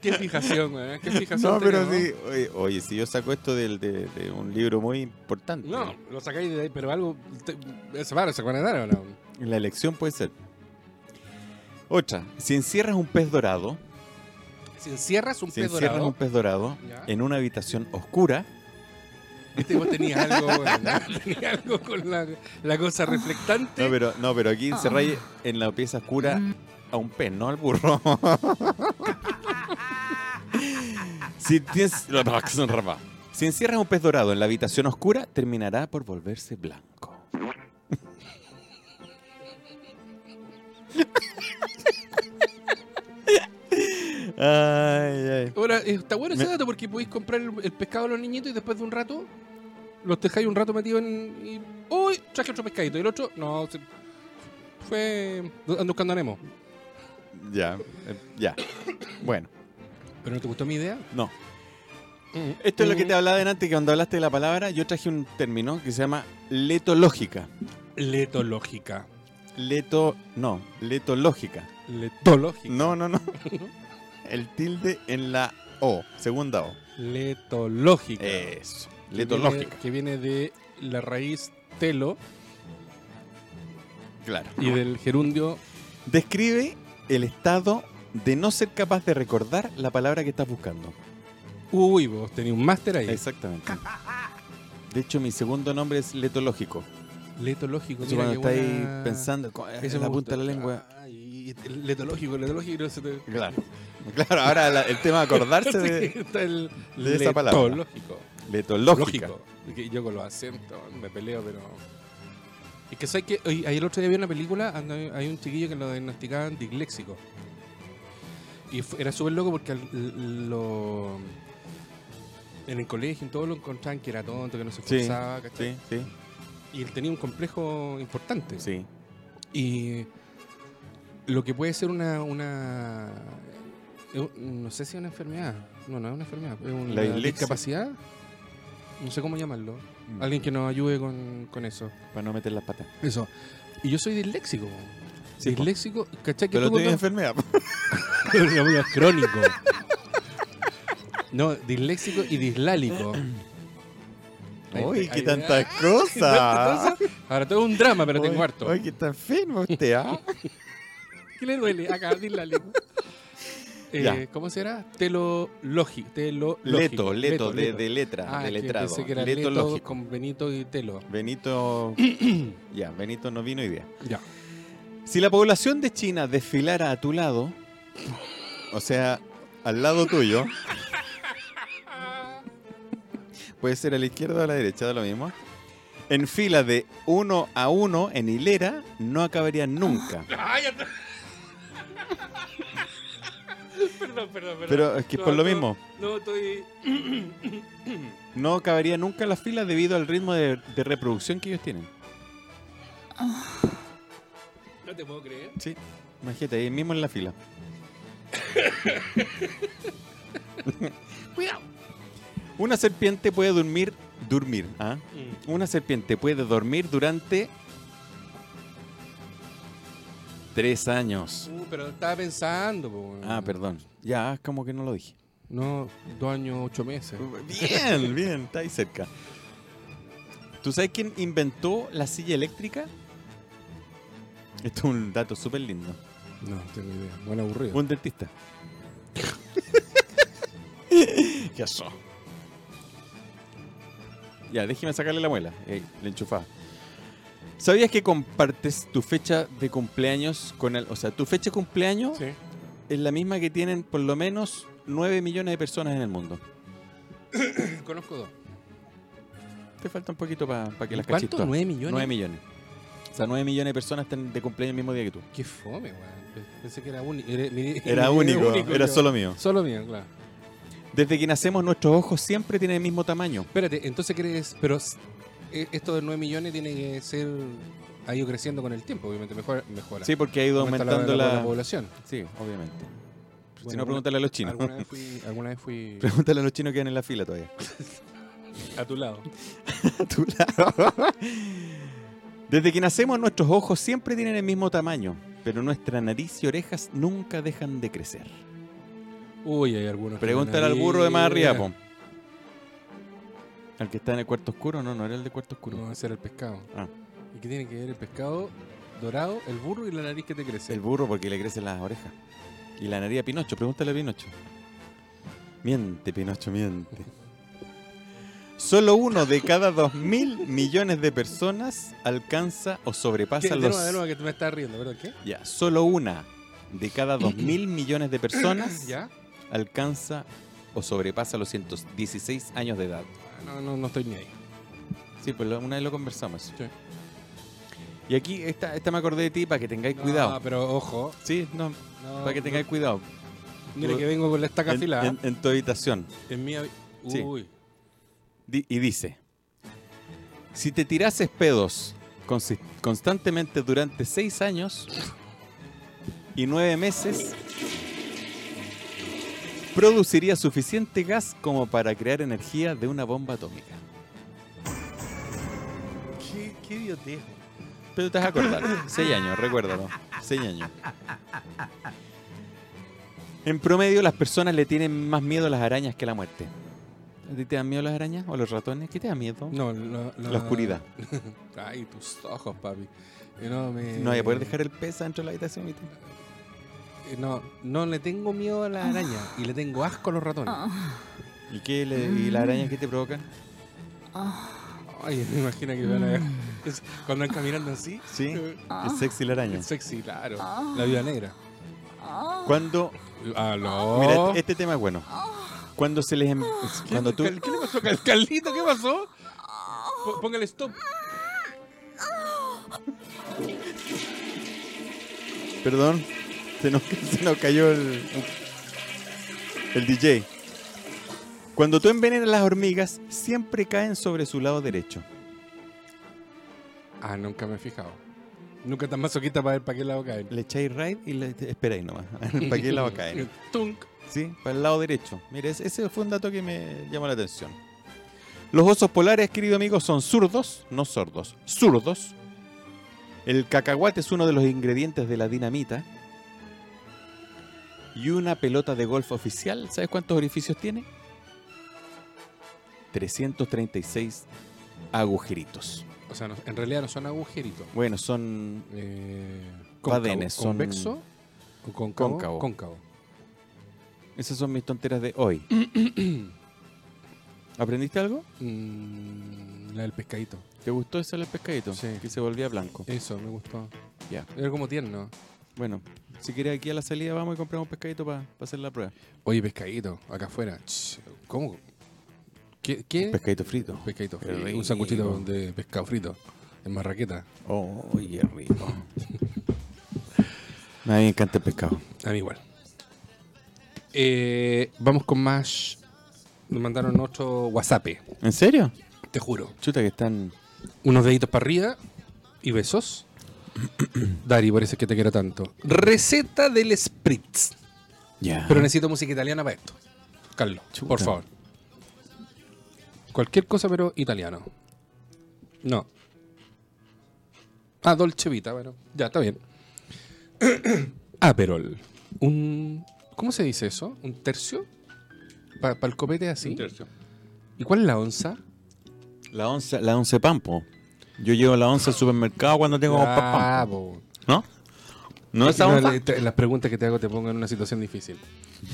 Speaker 2: Qué fijación, weón. Qué fijación.
Speaker 3: No, pero
Speaker 2: tenemos.
Speaker 3: sí. Oye, oye, si yo saco esto del- de, de un libro muy importante.
Speaker 2: No, lo sacáis de ahí, pero algo. te- ¿Se van a dar o no?
Speaker 3: En la elección puede ser. Otra. Si encierras un pez dorado,
Speaker 2: Si encierras un
Speaker 3: si
Speaker 2: pez
Speaker 3: encierras
Speaker 2: dorado.
Speaker 3: un pez dorado
Speaker 2: Ya.
Speaker 3: en una habitación oscura,
Speaker 2: Viste, vos tenías este algo, weón. Tenías algo con la, la
Speaker 3: Ah,
Speaker 2: cosa reflectante.
Speaker 3: No, pero, no, pero
Speaker 2: Ah.
Speaker 3: aquí encerráis en la pieza oscura
Speaker 2: Mm.
Speaker 3: a un pez, no al burro. si, tienes- si encierras un pez dorado en la habitación oscura, terminará por volverse blanco. ay, ay.
Speaker 2: Ahora, eh, está bueno ese
Speaker 3: Me-
Speaker 2: dato porque podéis comprar el, el pescado a los niñitos y después de un rato los dejáis un rato metidos en. Y, ¡Uy! Traje otro pescadito. Y el otro, no. se- fue. Ando buscando a Nemo.
Speaker 3: Ya, eh, ya. Bueno,
Speaker 2: ¿Pero no te gustó mi idea? Mm.
Speaker 3: no. Mm, Esto es lo que te hablaba delante, que cuando hablaste de la palabra, yo traje un término que se llama letológica.
Speaker 2: Letológica.
Speaker 3: Leto, no, letológica.
Speaker 2: Letológica.
Speaker 3: No, no, no. El tilde en la O, segunda O.
Speaker 2: Letológica.
Speaker 3: Eso.
Speaker 2: Que
Speaker 3: Eh, Letológica,
Speaker 2: viene- Que viene de la raíz telo
Speaker 3: claro.
Speaker 2: y del gerundio.
Speaker 3: Describe el estado de no ser capaz de recordar la palabra que estás buscando.
Speaker 2: Uy, vos tenés un máster ahí.
Speaker 3: Exactamente. De hecho, mi segundo nombre es letológico.
Speaker 2: Letológico.
Speaker 3: Eso
Speaker 2: mira
Speaker 3: cuando
Speaker 2: qué
Speaker 3: estáis
Speaker 2: buena-
Speaker 3: pensando co-
Speaker 2: Eso
Speaker 3: en
Speaker 2: me
Speaker 3: la punta de la
Speaker 2: gusta.
Speaker 3: lengua.
Speaker 2: Ah, y- y- letológico, letológico. y no se te-
Speaker 3: Claro. Claro, ahora la- el tema de acordarse de
Speaker 2: Está el
Speaker 3: de esa palabra.
Speaker 2: letológico.
Speaker 3: letológica.
Speaker 2: Lógico. Es que Yo con los acentos me peleo, pero. Es que sabes que hoy- ayer el otro día vi una película, anda- hay un chiquillo que lo diagnosticaban disléxico. Y fu- era súper loco porque al- lo- en el colegio, en todo lo encontraban que era tonto, que no se
Speaker 3: Sí,
Speaker 2: esforzaba, ¿cachai?
Speaker 3: Sí, sí,
Speaker 2: Y él tenía un complejo importante.
Speaker 3: sí.
Speaker 2: Y lo que puede ser una. una eh, no sé si es una enfermedad. No, no es una enfermedad. Es una
Speaker 3: La dislexia. Mm.
Speaker 2: discapacidad. No sé cómo llamarlo. Alguien que nos ayude con, con eso.
Speaker 3: Para no meter las patas.
Speaker 2: Eso. Y yo soy disléxico.
Speaker 3: Sí, po.
Speaker 2: disléxico. ¿Cachai? Que
Speaker 3: Pero
Speaker 2: tú
Speaker 3: estoy
Speaker 2: cuando-
Speaker 3: enfermedad.
Speaker 2: Lo mío es crónico. No, disléxico y dislálico. Ahí-
Speaker 3: Uy, qué
Speaker 2: ahí-
Speaker 3: tantas
Speaker 2: Entonces,
Speaker 3: cosas.
Speaker 2: ahora todo es un drama, pero tengo
Speaker 3: Uy,
Speaker 2: harto.
Speaker 3: Uy, qué tan enfermo usted, ¿ah?
Speaker 2: ¿Qué le duele? Acá, dislálico. Eh,
Speaker 3: Ya.
Speaker 2: ¿Cómo será? Telologi, telo
Speaker 3: Leto, leto, de, de letra,
Speaker 2: ah, es
Speaker 3: de
Speaker 2: que
Speaker 3: letrado.
Speaker 2: pensé que era
Speaker 3: leto
Speaker 2: leto
Speaker 3: lógico.
Speaker 2: con Benito y Telo.
Speaker 3: Benito. ya, Benito no vino hoy día.
Speaker 2: Ya.
Speaker 3: Si la población de China desfilara a tu lado, o sea, al lado tuyo, puede ser a la izquierda o a la derecha, da lo mismo. En fila de uno a uno, en hilera, no acabaría nunca.
Speaker 2: Perdón, perdón, perdón.
Speaker 3: Pero es que es por lo mismo.
Speaker 2: No, estoy...
Speaker 3: No cabería nunca en la fila debido al ritmo de, de reproducción que ellos tienen.
Speaker 2: No te puedo creer.
Speaker 3: Sí. Imagínate, ahí mismo en la fila.
Speaker 2: Cuidado.
Speaker 3: Una serpiente puede dormir. Dormir, ¿ah?
Speaker 2: Mm.
Speaker 3: Una serpiente puede dormir durante. Tres años.
Speaker 2: Uh, pero estaba pensando. po, weón.
Speaker 3: Ah, perdón. Ya, como que no lo dije.
Speaker 2: No, dos años, ocho meses.
Speaker 3: Bien, bien, está ahí cerca. ¿Tú sabes quién inventó la silla eléctrica? Esto es un dato súper lindo.
Speaker 2: No, no tengo idea. Bueno, aburrido.
Speaker 3: Un dentista. ¿Qué eso? Ya, déjeme sacarle la muela. Ey, la enchufada. ¿Sabías que compartes tu fecha de cumpleaños con el... O sea, tu fecha de cumpleaños
Speaker 2: Sí.
Speaker 3: es la misma que tienen por lo menos 9 millones de personas en el mundo.
Speaker 2: Conozco dos.
Speaker 3: Te falta un poquito para que las
Speaker 2: ¿Cuánto?
Speaker 3: cachis todas.
Speaker 2: ¿Nueve millones?
Speaker 3: 9 millones. O sea, 9 millones de personas están de cumpleaños el mismo día que tú.
Speaker 2: Qué fome, weón. Pensé que era único. Era, mi-
Speaker 3: Era
Speaker 2: mi-
Speaker 3: único, era
Speaker 2: yo.
Speaker 3: solo mío.
Speaker 2: Solo mío, claro.
Speaker 3: Desde que nacemos nuestros ojos siempre tienen el mismo tamaño.
Speaker 2: Espérate, entonces crees. Pero s- eh, esto de 9 millones tiene que ser. Ha ido creciendo con el tiempo, obviamente. Mejor, mejora.
Speaker 3: Sí, porque ha ido
Speaker 2: Aumenta la-
Speaker 3: aumentando
Speaker 2: la,
Speaker 3: la...
Speaker 2: población.
Speaker 3: Sí, obviamente. si
Speaker 2: Bueno,
Speaker 3: no, pregúntale a los chinos.
Speaker 2: Alguna vez fui. Alguna vez fui
Speaker 3: Pregúntale a los chinos que van en la fila todavía.
Speaker 2: a tu lado.
Speaker 3: A tu lado. Desde que nacemos nuestros ojos siempre tienen el mismo tamaño, pero nuestra nariz y orejas nunca dejan de crecer.
Speaker 2: Uy, hay algunos. que
Speaker 3: Pregúntale
Speaker 2: van
Speaker 3: al burro de más arriba,
Speaker 2: arriba.
Speaker 3: po. Al que está en el cuarto oscuro, no, no era el de cuarto oscuro.
Speaker 2: No, ese era el pescado.
Speaker 3: Ah.
Speaker 2: ¿Y qué tiene que ver el pescado dorado, el burro y la nariz que te crece?
Speaker 3: El burro porque le crecen las orejas. Y la nariz a Pinocho, pregúntale a Pinocho. Miente, Pinocho, miente. Solo uno de cada dos mil millones de personas alcanza o
Speaker 2: ¿Qué?
Speaker 3: sobrepasa
Speaker 2: De
Speaker 3: los.
Speaker 2: nuevo, de nuevo, que te me estás riendo, ¿verdad? ¿Qué?
Speaker 3: Ya, solo una de cada dos mil millones de personas
Speaker 2: ¿Ya?
Speaker 3: alcanza o sobrepasa los 116 años de edad.
Speaker 2: Ah, No, no, no estoy ni ahí.
Speaker 3: Sí, pues lo- una vez lo conversamos.
Speaker 2: Sí.
Speaker 3: Y aquí, esta, esta me acordé de ti para que tengáis
Speaker 2: No,
Speaker 3: cuidado.
Speaker 2: pero ojo.
Speaker 3: Sí, no,
Speaker 2: no,
Speaker 3: para que
Speaker 2: no.
Speaker 3: tengáis cuidado.
Speaker 2: Mira que vengo con la estaca
Speaker 3: En,
Speaker 2: afilada.
Speaker 3: en- en tu habitación.
Speaker 2: En mi habi-
Speaker 3: Sí.
Speaker 2: Uy.
Speaker 3: Di- y dice: Si te tirases pedos consi- constantemente durante seis años y nueve meses, produciría suficiente gas como para crear energía de una bomba atómica.
Speaker 2: Qué, qué idiotez.
Speaker 3: Pero te vas a acordar. Seis años, recuérdalo. Seis años. En promedio, las personas le tienen más miedo a las arañas que a la muerte. ¿A ti te dan miedo las arañas o los ratones? ¿Qué te da miedo?
Speaker 2: No, la, la-
Speaker 3: La oscuridad.
Speaker 2: Ay, tus ojos, papi. Eh, No, me...
Speaker 3: No voy a poder dejar el pesa dentro de la habitación. ¿viste?
Speaker 2: Eh, No, no le tengo miedo a la araña y le tengo asco a los ratones.
Speaker 3: ¿Y, qué le- y las arañas qué te provocan?
Speaker 2: Ay, me imagino que van a ver. es- Cuando van caminando así.
Speaker 3: Sí,
Speaker 2: eh,
Speaker 3: es sexy la araña.
Speaker 2: Es sexy, claro. La vida negra.
Speaker 3: Cuando.
Speaker 2: Aló.
Speaker 3: Mira, este tema es bueno. Cuando se les. en- Cuando tú.
Speaker 2: Cal- ¿Qué le pasó, Cal- Carlito? ¿Qué pasó? P- Póngale stop.
Speaker 3: Perdón, se nos, se nos cayó el, el DJ. Cuando tú envenenas las hormigas, siempre caen sobre su lado derecho.
Speaker 2: Ah, nunca me he fijado. Nunca tan masoquista para ver para qué lado caen.
Speaker 3: Le echáis raid y le esperáis nomás. ¿Para qué lado va a caer?
Speaker 2: Tunk.
Speaker 3: ¿Sí? Para el lado derecho. Mire, ese- ese fue un dato que me llamó la atención. Los osos polares, querido amigo, son zurdos, no sordos, zurdos. El cacahuate es uno de los ingredientes de la dinamita. Y una pelota de golf oficial, ¿sabes cuántos orificios tiene? 336 agujeritos.
Speaker 2: O sea, no- en realidad no son agujeritos.
Speaker 3: Bueno, son
Speaker 2: Eh,
Speaker 3: Cadenes, son-
Speaker 2: ¿Convexo? ¿O cóncavo?
Speaker 3: Cóncavo.
Speaker 2: Cóncavo.
Speaker 3: esas son mis tonteras de hoy. ¿Aprendiste algo?
Speaker 2: Mm, la del pescadito.
Speaker 3: ¿Te gustó ese del pescadito?
Speaker 2: Sí.
Speaker 3: Que se volvía blanco.
Speaker 2: Eso, me gustó.
Speaker 3: Ya.
Speaker 2: Era como tierno.
Speaker 3: Bueno, si quieres aquí a la salida vamos y compramos pescadito para hacer la prueba.
Speaker 2: Oye, pescadito, acá afuera. Ch, ¿Cómo? ¿Qué? qué?
Speaker 3: Pescadito frito.
Speaker 2: pescadito
Speaker 3: Qué
Speaker 2: frito.
Speaker 3: rico.
Speaker 2: Un sanguchito de pescado frito. En marraqueta.
Speaker 3: Oh, qué rico. A mí me encanta el pescado.
Speaker 2: A mí igual. Eh, vamos con más. Nos mandaron otro WhatsApp,
Speaker 3: ¿En serio?
Speaker 2: te juro.
Speaker 3: Chuta que están...
Speaker 2: Unos deditos para arriba y besos. Dari, por eso es que te quiero tanto. Receta del spritz.
Speaker 3: Ya.
Speaker 2: Pero necesito música italiana para esto. Carlos,
Speaker 3: Ah. Chuta.
Speaker 2: por favor. Cualquier cosa, pero italiano. No. Ah, Dolce Vita, bueno. Ya, está bien. Aperol. Un... ¿Cómo se dice eso? ¿Un tercio? ¿Para el copete así? ¿Y cuál es la onza?
Speaker 3: La once, la once pampo. Yo llevo la once al supermercado cuando tengo
Speaker 2: Ah,
Speaker 3: papá.
Speaker 2: po.
Speaker 3: ¿No? ¿No esa
Speaker 2: No,
Speaker 3: onza?
Speaker 2: le- te- las preguntas que te hago te pongo en una situación difícil.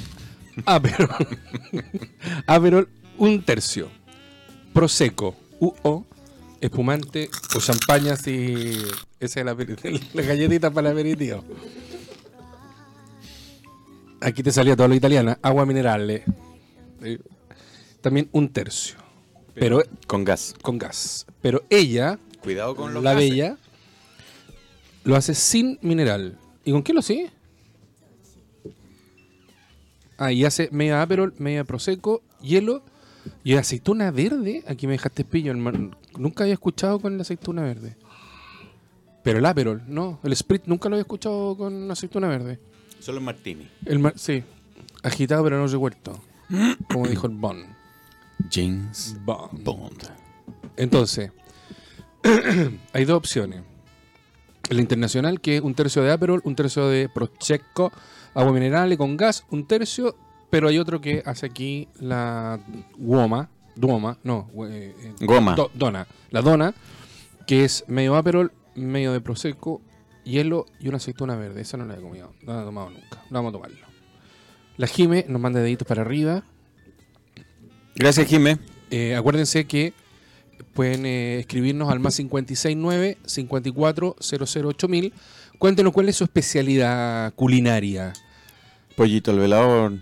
Speaker 2: Aperol. Aperol, un tercio. Prosecco, UO, espumante o champaña si... Esa es la, aperi- la galletita para el aperitivo. Aquí te salía todo lo italiana. Agua mineral. eh. Eh, También un tercio. Pero
Speaker 3: Con gas.
Speaker 2: con gas. Pero ella,
Speaker 3: Cuidado
Speaker 2: la
Speaker 3: gases.
Speaker 2: bella, lo hace sin mineral. ¿Y con qué lo sigue? Ah, y hace media Aperol, media Prosecco, hielo y aceituna verde. Aquí me dejaste pillo, hermano. Nunca había escuchado con la aceituna verde. Pero el Aperol, no. El Spritz nunca lo había escuchado con aceituna verde.
Speaker 3: Solo en martini.
Speaker 2: El mar- sí. Agitado pero no revuelto. Como dijo el Bon.
Speaker 3: James
Speaker 2: Bon.
Speaker 3: Bond.
Speaker 2: Entonces, hay dos opciones. El internacional, que es un tercio de Aperol, un tercio de Prosecco, agua mineral y con gas, un tercio Pero hay otro que hace aquí la Duoma. Duoma, no. eh, eh,
Speaker 3: Goma.
Speaker 2: do- dona. La dona, que es medio Aperol, medio de Prosecco, hielo y una aceituna verde. Esa no la he comido, no la he tomado nunca. No vamos a tomarlo. La Jime nos manda deditos para arriba.
Speaker 3: Gracias, Jimé.
Speaker 2: Eh, acuérdense que pueden eh, escribirnos al más 569 54 008000. Cuéntenos cuál es su especialidad culinaria.
Speaker 3: Pollito al velador.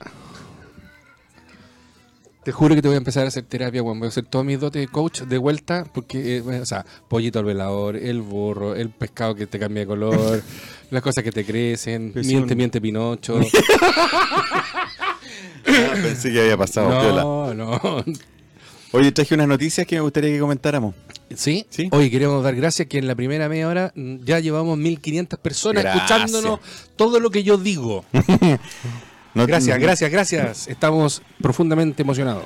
Speaker 2: Te juro que te voy a empezar a hacer terapia, weón. Voy a hacer todos mis dotes de coach de vuelta, porque, eh, bueno, o sea, pollito al velador, el burro, el pescado que te cambia de color, las cosas que te crecen,
Speaker 3: Es
Speaker 2: miente,
Speaker 3: un-
Speaker 2: miente Pinocho.
Speaker 3: Pensé que había pasado. piola.
Speaker 2: no, no.
Speaker 3: Oye, traje unas noticias que me gustaría que comentáramos.
Speaker 2: ¿Sí?
Speaker 3: Sí.
Speaker 2: Hoy queremos dar gracias que en la primera media hora mm, ya llevamos 1500 personas
Speaker 3: Gracias.
Speaker 2: escuchándonos todo lo que yo digo.
Speaker 3: No-
Speaker 2: Gracias,
Speaker 3: no-
Speaker 2: gracias, gracias. Estamos profundamente emocionados.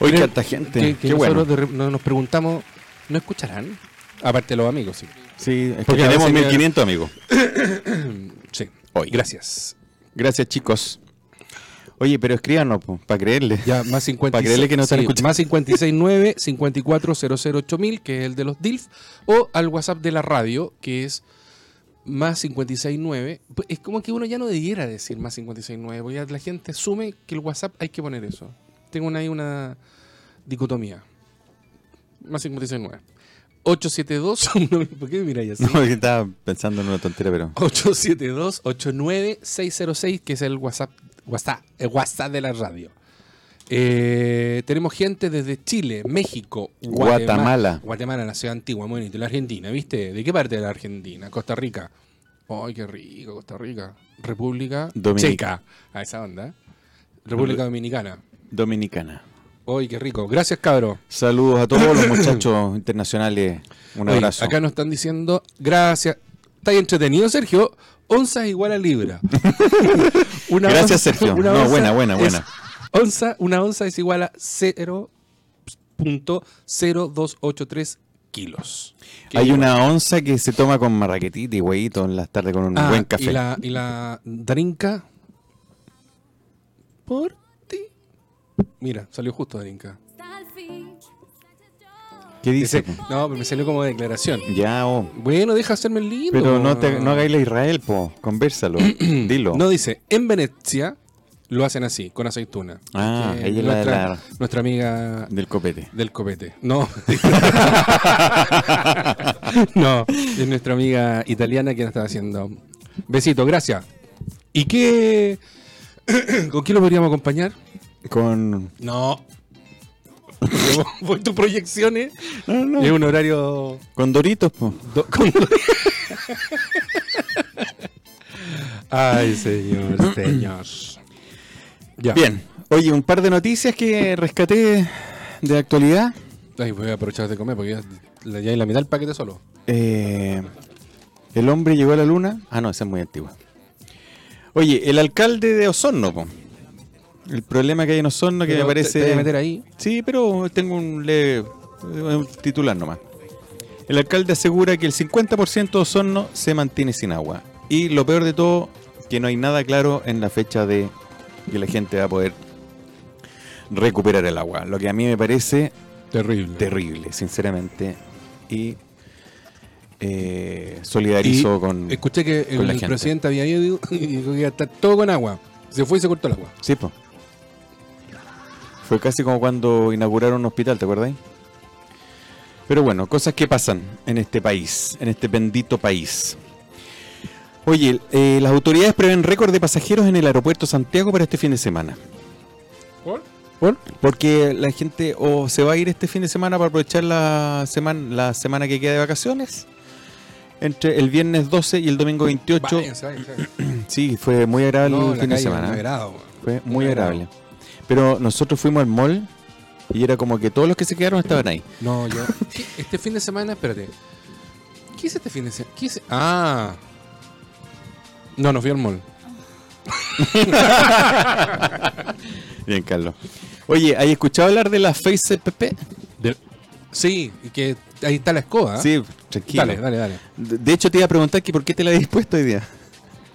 Speaker 3: Oye,
Speaker 2: Creo
Speaker 3: cuánta gente.
Speaker 2: que- que
Speaker 3: Qué bueno.
Speaker 2: nosotros de re- no- nos preguntamos, ¿no escucharán? Aparte de los amigos, sí.
Speaker 3: Sí, es que
Speaker 2: Porque a
Speaker 3: tenemos
Speaker 2: veces me-
Speaker 3: 1500, amigos.
Speaker 2: Sí.
Speaker 3: Hoy.
Speaker 2: Gracias.
Speaker 3: Gracias, chicos. Oye, pero escríbanos, para creerle.
Speaker 2: Ya, más 56,
Speaker 3: Para creerle que no están escuchando.
Speaker 2: Más 569 540808000, que es el de los DILF, o al WhatsApp de la radio, que es más 569. Pues Es como que uno ya no debiera decir más 569, porque ya la gente asume que el WhatsApp hay que poner eso. Tengo una- ahí una dicotomía. Más 569. 872. ¿Por qué me miráis así?
Speaker 3: No, yo estaba pensando en una tontera, pero.
Speaker 2: 872-89606, que es el WhatsApp, WhatsApp, el WhatsApp de la radio. Eh, tenemos gente desde Chile, México,
Speaker 3: Guatemala.
Speaker 2: Guatemala, la ciudad antigua, muy bonito. La Argentina, ¿viste? ¿De qué parte de la Argentina? Costa Rica. ¡Ay, qué rico, Costa Rica! República
Speaker 3: Dominica.
Speaker 2: Checa. A esa onda. ¿eh? República Dominicana.
Speaker 3: Dominicana.
Speaker 2: ¡Ay, qué rico! Gracias, cabro.
Speaker 3: Saludos a todos los muchachos internacionales. Un
Speaker 2: Oye,
Speaker 3: abrazo.
Speaker 2: Acá nos están diciendo, gracias. ¿Estás entretenido, Sergio? Onza es igual a libra. Una
Speaker 3: Gracias, Sergio. No, buena, buena,
Speaker 2: es-
Speaker 3: buena.
Speaker 2: onza, una onza es igual a 0.0283 kilos. Que
Speaker 3: Hay
Speaker 2: igual-
Speaker 3: una onza que se toma con marraquetita y huevito en las tardes con un
Speaker 2: Ah,
Speaker 3: buen café.
Speaker 2: Y la, y la drinka. Por ti. Mira, salió justo drinka.
Speaker 3: ¿Qué dice?
Speaker 2: Ese- No, pero me salió como declaración.
Speaker 3: Ya, oh.
Speaker 2: Bueno, deja hacerme el lindo.
Speaker 3: Pero no, te, no hagáis la Israel, po. Conversalo. Dilo.
Speaker 2: Ah. No dice, en Venecia lo hacen así, con aceituna.
Speaker 3: Ah,
Speaker 2: Que
Speaker 3: ahí es la de
Speaker 2: nuestra,
Speaker 3: la-
Speaker 2: nuestra amiga
Speaker 3: Del copete.
Speaker 2: del copete. No. no, es nuestra amiga italiana que la está haciendo. Besito, gracias. ¿Y qué? ¿Con quién lo podríamos acompañar?
Speaker 3: Con.
Speaker 2: No. Por tus proyecciones.
Speaker 3: No, no.
Speaker 2: Es un horario
Speaker 3: Con Doritos, po.
Speaker 2: Do- con- Ay, señor, señor. Ya.
Speaker 3: Bien. Oye, un par de noticias que rescaté de actualidad.
Speaker 2: Ay, voy a aprovechar de comer porque ya, la- ya hay la mitad del paquete solo.
Speaker 3: Eh, el hombre llegó a la luna. Ah, no, esa es muy antigua. Oye, el alcalde de Osorno, po. El problema que hay en Osorno que
Speaker 2: Pero
Speaker 3: me
Speaker 2: te-
Speaker 3: parece.
Speaker 2: te voy a meter ahí.
Speaker 3: Sí, pero tengo un leve un titular nomás. El alcalde asegura que el 50% de Osorno se mantiene sin agua. Y lo peor de todo, que no hay nada claro en la fecha de que la gente va a poder recuperar el agua. Lo que a mí me parece
Speaker 2: Terrible.
Speaker 3: terrible, sinceramente. Y eh, solidarizo
Speaker 2: Y
Speaker 3: con...
Speaker 2: Escuché que el,
Speaker 3: con la
Speaker 2: el
Speaker 3: gente.
Speaker 2: presidente había ido y dijo que iba a estar todo con agua. Se fue y se cortó el agua.
Speaker 3: Sí, po. Fue casi como cuando inauguraron un hospital, ¿te acuerdas? Pero bueno, cosas que pasan en este país, en este bendito país. Oye, eh, las autoridades prevén récord de pasajeros en el aeropuerto Santiago para este fin de semana.
Speaker 2: ¿Por?
Speaker 3: Porque la gente o se va a ir este fin de semana para aprovechar la semana, la semana que queda de vacaciones. Entre el viernes 12 y el domingo 28.
Speaker 2: Váyanse, váyanse.
Speaker 3: Sí, fue muy agradable
Speaker 2: No,
Speaker 3: el
Speaker 2: la
Speaker 3: fin de
Speaker 2: calle
Speaker 3: semana.
Speaker 2: me agrada, weón.
Speaker 3: Fue muy agradable. Pero nosotros fuimos al mall y era como que todos los que se quedaron estaban ahí.
Speaker 2: No, yo. ¿Qué? Este fin de semana, espérate. ¿Qué hice este fin de semana? ¿Qué hice? Ah. No, no fui al mall.
Speaker 3: Bien, Carlos. Oye, ¿hay escuchado hablar de la Face PP?
Speaker 2: Sí, y que ahí
Speaker 3: ¿Ah?
Speaker 2: está la escoba. ¿eh?
Speaker 3: Sí, tranquilo.
Speaker 2: Dale, dale, dale.
Speaker 3: De de hecho, te iba a preguntar que por qué te la habías puesto hoy día.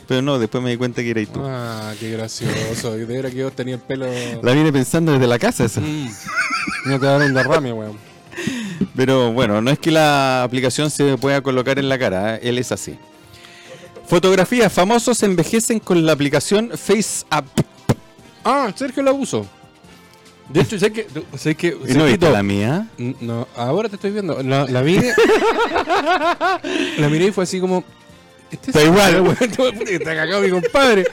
Speaker 3: Pero no, después me di cuenta que erais tú.
Speaker 2: Ah, qué gracioso. Y de verdad que vos tenía el pelo.
Speaker 3: La vine pensando desde la casa eso.
Speaker 2: Mm. No te va a dar un derrame, weón.
Speaker 3: Pero bueno, no es que la aplicación se pueda colocar en la cara, ¿eh? él es así. Fotografías famosos envejecen con la aplicación FaceApp.
Speaker 2: Ah, Sergio lo abuso. De hecho, sé que. Sé que
Speaker 3: ¿Y no viste
Speaker 2: Sergito,
Speaker 3: la mía?
Speaker 2: N- No, ahora te estoy viendo. La, la miré. la miré y fue así como. Este
Speaker 3: Está
Speaker 2: es-
Speaker 3: igual.
Speaker 2: weón, Está cagado mi compadre.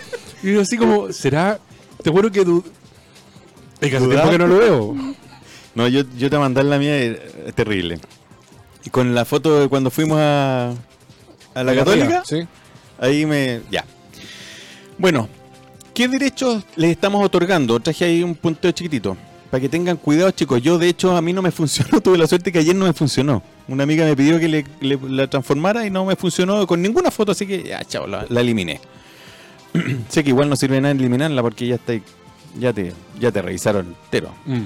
Speaker 2: Y yo así como, ¿será? Te juro que. du- Es que hace tiempo
Speaker 3: ¿Dudaste?
Speaker 2: que no lo veo.
Speaker 3: No, yo, yo te mandé la mía, eh, es terrible. Y con la foto de cuando fuimos a, a la Católica,
Speaker 2: Sí.
Speaker 3: ahí me. Ya. Bueno, ¿qué derechos les estamos otorgando? Traje ahí un punteo chiquitito. Para que tengan cuidado, chicos. Yo, de hecho, a mí no me funcionó. Tuve la suerte que ayer no me funcionó. Una amiga me pidió que le, le- la transformara y no me funcionó con ninguna foto, así que ya, chao, la, la eliminé. sé que igual no sirve nada eliminarla porque ya está, ahí- ya te, ya te revisaron entero.
Speaker 2: Mm.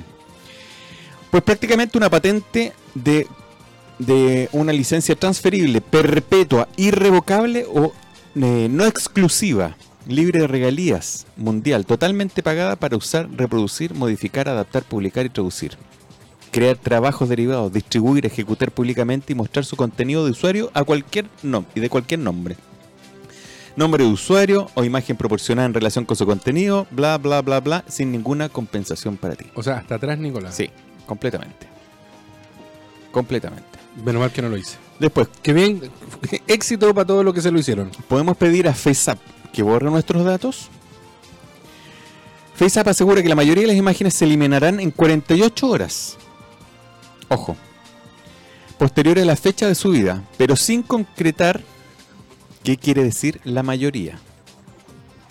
Speaker 3: Pues prácticamente una patente de, de una licencia transferible, perpetua, irrevocable o eh, no exclusiva, libre de regalías, mundial, totalmente pagada para usar, reproducir, modificar, adaptar, publicar y traducir. Crear trabajos derivados, distribuir, ejecutar públicamente y mostrar su contenido de usuario a cualquier nom- y de cualquier nombre. Nombre de usuario o imagen proporcionada en relación con su contenido, bla, bla, bla, bla, sin ninguna compensación para ti.
Speaker 2: O sea, hasta atrás, Nicolás.
Speaker 3: Sí, completamente. Completamente.
Speaker 2: Menos mal que no lo hice.
Speaker 3: Después,
Speaker 2: Qué bien. Éxito para todos los que se lo hicieron.
Speaker 3: podemos pedir a FaceApp que borre nuestros datos. FaceApp asegura que la mayoría de las imágenes se eliminarán en 48 horas. Ojo. Posterior a la fecha de subida, pero sin concretar qué quiere decir la mayoría.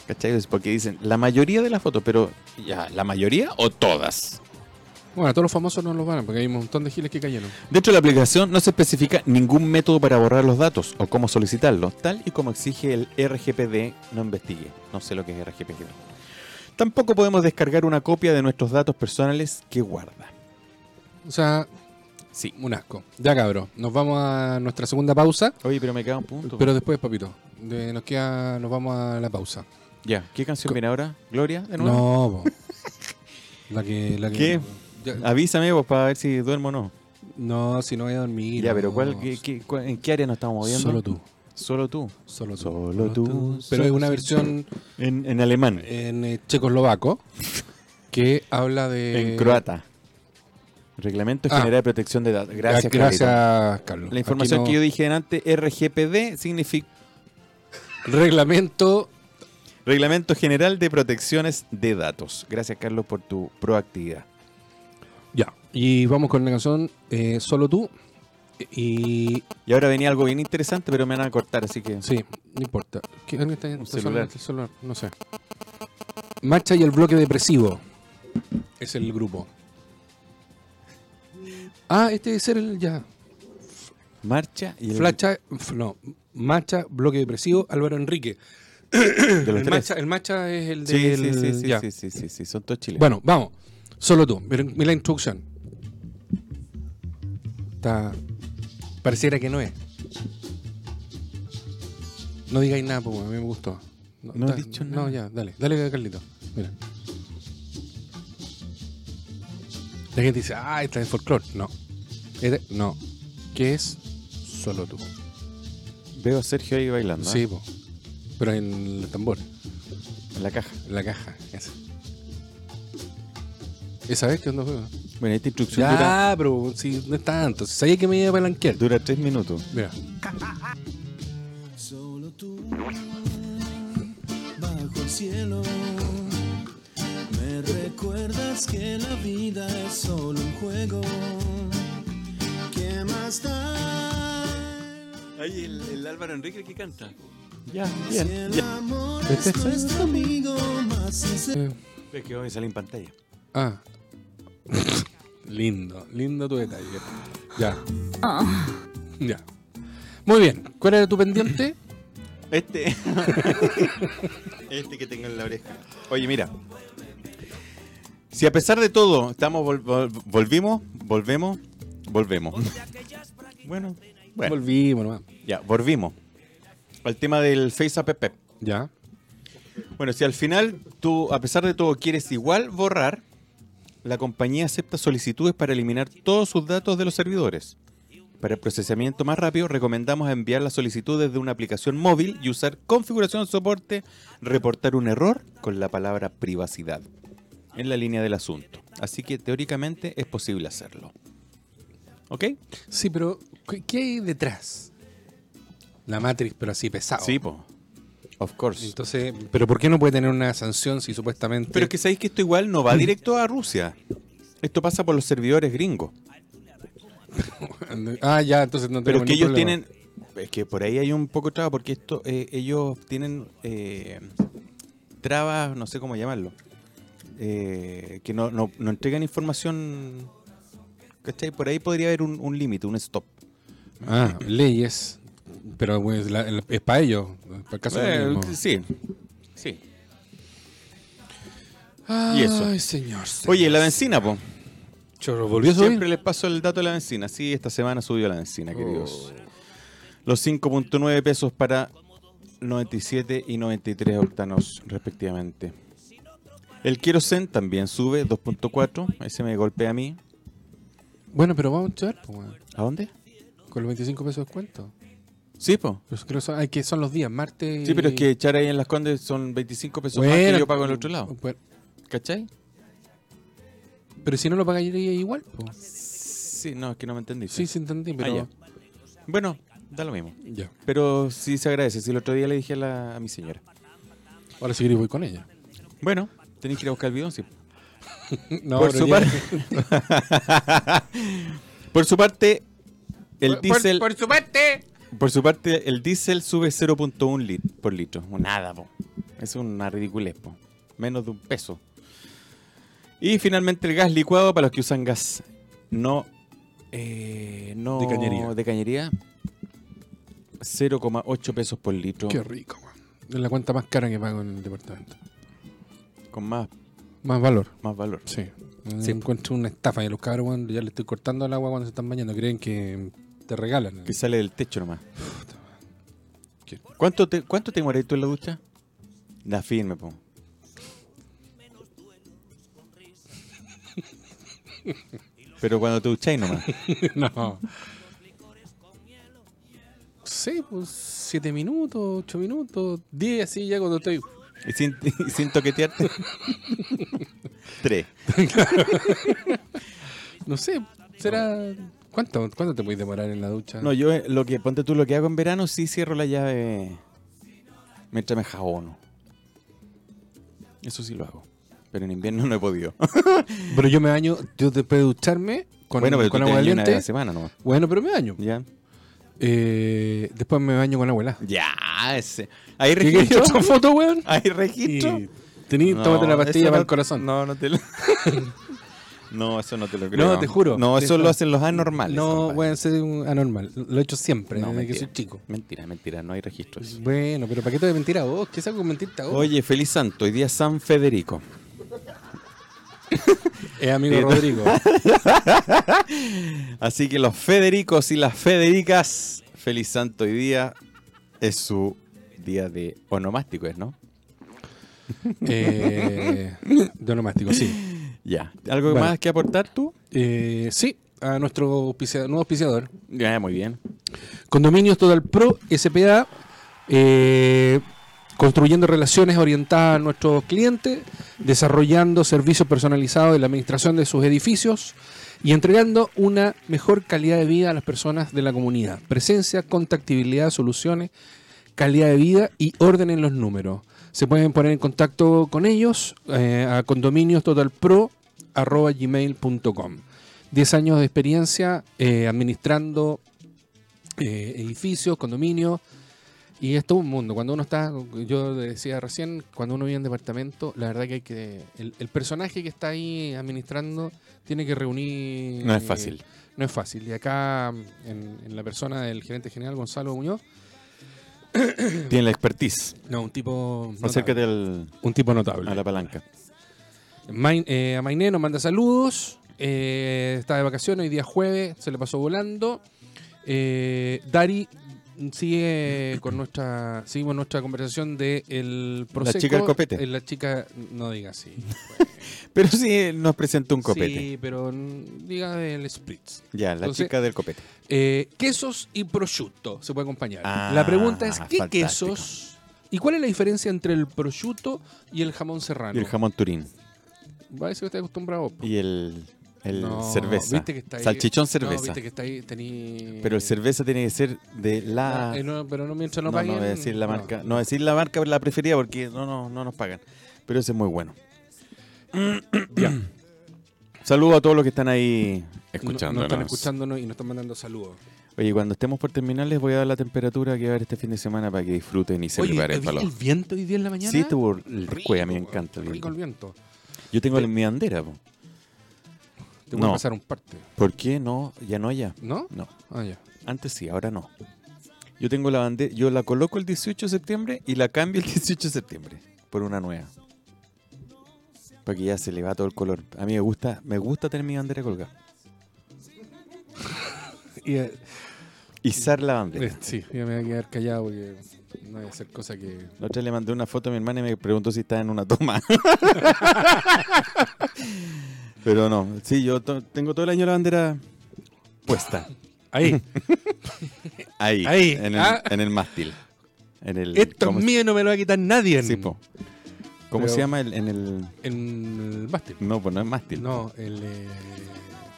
Speaker 3: ¿Cachai? Es Porque dicen la mayoría de las fotos, pero ya, ¿la mayoría o todas?
Speaker 2: Bueno, a todos los famosos no los van, porque hay un montón de giles que cayeron.
Speaker 3: Dentro de la aplicación no se especifica ningún método para borrar los datos o cómo solicitarlos, tal y como exige el RGPD no investigue. No sé lo que es RGPD. Tampoco podemos descargar una copia de nuestros datos personales que guarda.
Speaker 2: O sea,
Speaker 3: Sí.
Speaker 2: un asco. Ya, cabrón. Nos vamos a nuestra segunda pausa.
Speaker 3: Oye, pero me queda un punto.
Speaker 2: Pero después, papito. de- nos queda. Nos vamos a la pausa.
Speaker 3: ya, ¿qué canción
Speaker 2: Co-
Speaker 3: viene ahora? ¿Gloria? ¿De nuevo?
Speaker 2: No, po. La que. La que
Speaker 3: ¿Qué?
Speaker 2: Ya-
Speaker 3: Avísame vos para ver si duermo o no.
Speaker 2: no, si no voy a dormir.
Speaker 3: ya,
Speaker 2: no.
Speaker 3: pero ¿cuál, qué- qué- cuál- ¿en qué área nos estamos moviendo?
Speaker 2: Solo tú.
Speaker 3: Solo tú.
Speaker 2: Solo tú.
Speaker 3: Solo tú,
Speaker 2: Pero
Speaker 3: solo
Speaker 2: es una
Speaker 3: tú.
Speaker 2: versión
Speaker 3: En, en alemán.
Speaker 2: en eh, checoslovaco que habla de.
Speaker 3: en croata. Reglamento
Speaker 2: Eh, ah.
Speaker 3: General de Protección de Datos. Gracias, Carlito.
Speaker 2: Gracias, Carlos.
Speaker 3: La información
Speaker 2: Aquí
Speaker 3: que yo
Speaker 2: no-
Speaker 3: dije antes, RGPD, significa
Speaker 2: Reglamento
Speaker 3: Reglamento General de Protecciones de Datos. Gracias, Carlos, por tu proactividad.
Speaker 2: Ya. Y vamos con la canción eh, Solo tú. Y.
Speaker 3: Y ahora venía algo bien interesante, pero me van a cortar, así que...
Speaker 2: Sí, no importa. ¿Qué- ¿Alguien está, está
Speaker 3: celular.
Speaker 2: sonando el celular? No sé. Marcha y el bloque depresivo. Es el grupo. Ah, este es el ya.
Speaker 3: Marcha y el
Speaker 2: Flacha, f- no, Macha, bloque depresivo, Álvaro Enrique.
Speaker 3: de los
Speaker 2: El
Speaker 3: tres.
Speaker 2: macha, el macha es el de.
Speaker 3: Sí, sí, sí, sí, sí, sí, sí, sí, son todos chilenos.
Speaker 2: Bueno, vamos. Solo tú. Mira, mira la instrucción. Está. Pareciera que no es. No digáis nada, porque a mí me gustó.
Speaker 3: No he
Speaker 2: da-
Speaker 3: dicho
Speaker 2: No,
Speaker 3: nada.
Speaker 2: ya, dale. Dale, Carlito. Mira. La gente dice, ah, esta es folclore. No. Este- no. ¿Qué es? Solo tú.
Speaker 3: Ah. Veo a Sergio ahí bailando, ¿eh?
Speaker 2: Sí, po. pero en el tambor.
Speaker 3: en ¿eh? la caja.
Speaker 2: La caja, esa. ¿Esa vez que onda juega?
Speaker 3: Bueno, esta instrucción dura,
Speaker 2: Ya, Ah, pero si no es tanto. Si sabía que me iba a palanquear.
Speaker 3: dura tres minutos.
Speaker 2: Mira,
Speaker 1: Solo tú, bajo el cielo, me recuerdas que la vida es solo un juego. ¿Qué más da?
Speaker 3: Ahí el, Álvaro Enrique que canta.
Speaker 1: El amor es
Speaker 2: Este-
Speaker 1: nuestro amigo más sincero.
Speaker 2: eh,
Speaker 3: Es que hoy sale en pantalla.
Speaker 2: ah. lindo, lindo tu detalle. Ya. Ya. Muy bien. ¿Cuál era tu pendiente?
Speaker 3: Este. este que tengo en la oreja. Oye, mira. Si a pesar de todo, estamos vol- vol- volvimos, volvemos, volvemos. Bueno, bueno,
Speaker 2: Volvimos nomás.
Speaker 3: ya, volvimos. Al tema del Face App.
Speaker 2: Ya.
Speaker 3: Bueno, si al final tú, a pesar de todo, quieres igual borrar, la compañía acepta solicitudes para eliminar todos sus datos de los servidores. Para el procesamiento más rápido, recomendamos enviar las solicitudes desde una aplicación móvil y usar configuración soporte, reportar un error con la palabra privacidad en la línea del asunto. Así que teóricamente es posible hacerlo. ¿Ok?
Speaker 2: Sí, pero ¿qué- ¿qué hay detrás? La Matrix, pero así pesado.
Speaker 3: Sí, po. Of course.
Speaker 2: Entonces, ¿pero por qué no puede tener una sanción si supuestamente...
Speaker 3: Pero es que sabéis que esto igual no va directo a Rusia. Esto pasa por los servidores gringos.
Speaker 2: Ah, ya, entonces no
Speaker 3: Pero
Speaker 2: tenemos
Speaker 3: que
Speaker 2: ningún
Speaker 3: ellos
Speaker 2: problema.
Speaker 3: tienen. Es que por ahí hay un poco de traba, porque esto, eh, ellos tienen eh, trabas, no sé cómo llamarlo, eh, que no, no- no entregan información. ¿Cachai? Por ahí podría haber un, un límite, un stop.
Speaker 2: Ah, leyes. Pero pues, la- la- es para ellos. Para el caso de
Speaker 3: Eh,
Speaker 2: ellos mismos.
Speaker 3: sí. Sí.
Speaker 2: Ay,
Speaker 3: y eso.
Speaker 2: señor. señor.
Speaker 3: Oye, la benzina, po.
Speaker 2: Chorro, ¿volvió a subir?
Speaker 3: Siempre les paso el dato de la benzina. Sí, esta semana subió la benzina, queridos.
Speaker 2: Oh.
Speaker 3: Los 5.9 pesos para 97 y 93 octanos, respectivamente. El querosén también sube 2.4. Ese me golpea a mí.
Speaker 2: Bueno, pero vamos a echar, pues, weón.
Speaker 3: ¿A dónde?
Speaker 2: con los 25 pesos de descuento.
Speaker 3: Sí, po.
Speaker 2: Pero creo que son, ay, que son los días, martes.
Speaker 3: Sí, pero es que echar ahí en las condes son 25 pesos más
Speaker 2: Eh. Bueno, mm.
Speaker 3: que yo pago en el otro lado.
Speaker 2: Pero,
Speaker 3: ¿Cachai?
Speaker 2: pero si no lo pagaría igual, pues.
Speaker 3: Sí, no, es que no me entendí.
Speaker 2: Sí, sí, entendí,
Speaker 3: Ah,
Speaker 2: pero.
Speaker 3: ya. Bueno, da lo mismo.
Speaker 2: ya.
Speaker 3: Pero sí se agradece. Si el otro día le dije a, la- a mi señora.
Speaker 2: Ahora sí que voy con ella.
Speaker 3: Bueno, tenéis que ir a buscar el bidón, sí.
Speaker 2: No,
Speaker 3: Mm, Por
Speaker 2: pero
Speaker 3: su
Speaker 2: ya-
Speaker 3: parte. por su parte, el
Speaker 2: Por-
Speaker 3: diésel. Por,
Speaker 2: Por, su parte.
Speaker 3: su parte, el diésel sube 0.1 lit por litro. Nada, po. Es una ridiculez, po. Menos de un peso. Y finalmente el gas licuado para los que usan gas no. eh, no
Speaker 2: De cañería.
Speaker 3: de cañería. 0,8 pesos por litro.
Speaker 2: Qué rico, weón. Es la cuenta más cara que pago en el departamento.
Speaker 3: Con más,
Speaker 2: Más valor.
Speaker 3: más valor.
Speaker 2: Sí.
Speaker 3: Sí.
Speaker 2: Encuentro una estafa y los cabros, weón, ya le estoy cortando el agua cuando se están bañando. Creen que te regalan.
Speaker 3: Que sale del techo nomás.
Speaker 2: Qué-
Speaker 3: ¿Cuánto te, cuánto te demoráis tú en la ducha? Da firme, po. Pero cuando te ducháis nomás.
Speaker 2: no. Sí, pues siete minutos, ocho minutos, 10, así ya cuando estoy.
Speaker 3: Y sin, y sin toquetearte. Tres.
Speaker 2: No sé, será. ¿Cuánto, cuánto te puedes demorar en la ducha?
Speaker 3: No, yo eh, lo que, ponte tú, lo que hago en verano, sí cierro la llave mientras me jabono. Eso sí lo hago. Pero en invierno no he podido.
Speaker 2: pero yo me baño, yo después de ducharme con,
Speaker 3: bueno, pero
Speaker 2: con
Speaker 3: tú te
Speaker 2: agua
Speaker 3: bañas una vez a la
Speaker 2: caliente.
Speaker 3: semana nomás.
Speaker 2: Bueno, pero me baño.
Speaker 3: ¿Ya?
Speaker 2: Eh, después me baño con agua helada.
Speaker 3: Ya, ese. Ahí
Speaker 2: ¿Qué queréis
Speaker 3: registro.
Speaker 2: otra foto, weón?
Speaker 3: Hay registro.
Speaker 2: Tení,
Speaker 3: No,
Speaker 2: tómate la pastilla
Speaker 3: eso
Speaker 2: para
Speaker 3: no-
Speaker 2: el corazón.
Speaker 3: No, no te lo. no, eso no te lo creo.
Speaker 2: No, te juro.
Speaker 3: No,
Speaker 2: Te
Speaker 3: eso
Speaker 2: juro.
Speaker 3: lo hacen los anormales.
Speaker 2: No,
Speaker 3: compadre.
Speaker 2: voy a ser un anormal. Lo he hecho siempre,
Speaker 3: No,
Speaker 2: desde que
Speaker 3: mentira.
Speaker 2: soy chico.
Speaker 3: Mentira, mentira, no hay registros.
Speaker 2: Bueno, pero ¿para qué te voy a mentir a vos? ¿Qué saco con mentirte a vos?
Speaker 3: Oye, feliz santo, hoy día es San Federico.
Speaker 2: Es Eh, amigo Rodrigo.
Speaker 3: Así que los Federicos y las Federicas, feliz santo hoy día. Es su día de onomástico, ¿es, no?
Speaker 2: eh, de onomástico, sí.
Speaker 3: Ya. ¿Algo
Speaker 2: Bueno.
Speaker 3: más que aportar tú?
Speaker 2: Eh, sí, a nuestro auspicia- nuevo auspiciador.
Speaker 3: Ya, muy bien.
Speaker 2: Condominios Total Pro, SPA, eh, construyendo relaciones orientadas a nuestros clientes, desarrollando servicios personalizados de la administración de sus edificios y entregando una mejor calidad de vida a las personas de la comunidad. Presencia, contactibilidad, soluciones, calidad de vida y orden en los números. Se pueden poner en contacto con ellos eh, a condominiostotalpro.gmail.com 10 años de experiencia eh, administrando eh, edificios, condominios. Y es todo un mundo. Cuando uno está, yo decía recién, cuando uno vive en departamento, la verdad que hay que. El, el personaje que está ahí administrando tiene que reunir.
Speaker 3: No es fácil.
Speaker 2: No es fácil. Y acá, en, en la persona del gerente general Gonzalo Muñoz,
Speaker 3: Tiene la expertise.
Speaker 2: Eh, no, un tipo.
Speaker 3: Acércate al-
Speaker 2: Un tipo notable.
Speaker 3: a la palanca.
Speaker 2: Main- eh, a Mainé nos manda saludos. eh, está de vacaciones hoy día jueves, se le pasó volando. Eh, Dari sigue con nuestra seguimos nuestra conversación de el
Speaker 3: La chica del copete.
Speaker 2: Eh, la chica no diga así.
Speaker 3: Pero sí nos presentó un copete.
Speaker 2: Sí, pero mm, diga del spritz.
Speaker 3: Ya, la
Speaker 2: Entonces-
Speaker 3: chica del copete.
Speaker 2: Eh, quesos y prosciutto se puede acompañar.
Speaker 3: Ah,
Speaker 2: la pregunta es ¿qué
Speaker 3: fantástico.
Speaker 2: quesos? ¿Y cuál es la diferencia entre el prosciutto y el jamón serrano?
Speaker 3: Y el jamón turín.
Speaker 2: Parece que estás acostumbrado. po.
Speaker 3: Y el, el
Speaker 2: No,
Speaker 3: cerveza.
Speaker 2: viste que está ahí-
Speaker 3: Salchichón
Speaker 2: No,
Speaker 3: cerveza.
Speaker 2: viste que está ahí, tení-
Speaker 3: Pero el cerveza tiene que ser de la...
Speaker 2: No, eh, no, pero no mientras no,
Speaker 3: no,
Speaker 2: paguen.
Speaker 3: voy a decir la marca. No, voy a decir la marca, la preferida porque no, no, no nos pagan. Pero ese es muy bueno.
Speaker 2: Ya.
Speaker 3: Saludo a todos los que están ahí
Speaker 2: No, no
Speaker 3: escuchándonos.
Speaker 2: están escuchándonos y nos están mandando saludos.
Speaker 3: Oye, cuando estemos por terminar les voy a dar la temperatura que va a haber este fin de semana para que disfruten y se preparen
Speaker 2: ¿viste
Speaker 3: para los...
Speaker 2: el viento hoy día en la mañana?
Speaker 3: Sí, tuvo el
Speaker 2: Rico,
Speaker 3: cueva, me encanta el
Speaker 2: Rico el
Speaker 3: viento.
Speaker 2: viento.
Speaker 3: Yo tengo mi bandera, po.
Speaker 2: Te voy
Speaker 3: No.
Speaker 2: a pasar un parte.
Speaker 3: ¿por qué no? Ya no, ya.
Speaker 2: ¿No?
Speaker 3: No,
Speaker 2: Ah, ya.
Speaker 3: antes sí, ahora no. Yo tengo la bandera, yo la coloco el 18 de septiembre y la cambio el 18 de septiembre por una nueva. Para que ya se le va todo el color. A mí me gusta, me gusta tener mi bandera colgada.
Speaker 2: Y, eh,
Speaker 3: Izar la bandera.
Speaker 2: eh, sí, ya me voy a quedar callado porque no voy a hacer cosa que.
Speaker 3: La otra le mandé una foto a mi hermana y me preguntó si estaba en una toma. Pero no, sí, yo to- tengo todo el año la bandera puesta.
Speaker 2: Ahí,
Speaker 3: Ahí,
Speaker 2: Ahí,
Speaker 3: En, el,
Speaker 2: ah.
Speaker 3: en el mástil. En el,
Speaker 2: esto
Speaker 3: ¿cómo
Speaker 2: es
Speaker 3: se-
Speaker 2: mío y no me lo va a quitar nadie.
Speaker 3: sí, po. ¿Cómo
Speaker 2: Pero-
Speaker 3: se llama? El- en el...
Speaker 2: En el mástil.
Speaker 3: No, pues no es mástil.
Speaker 2: No, el, eh,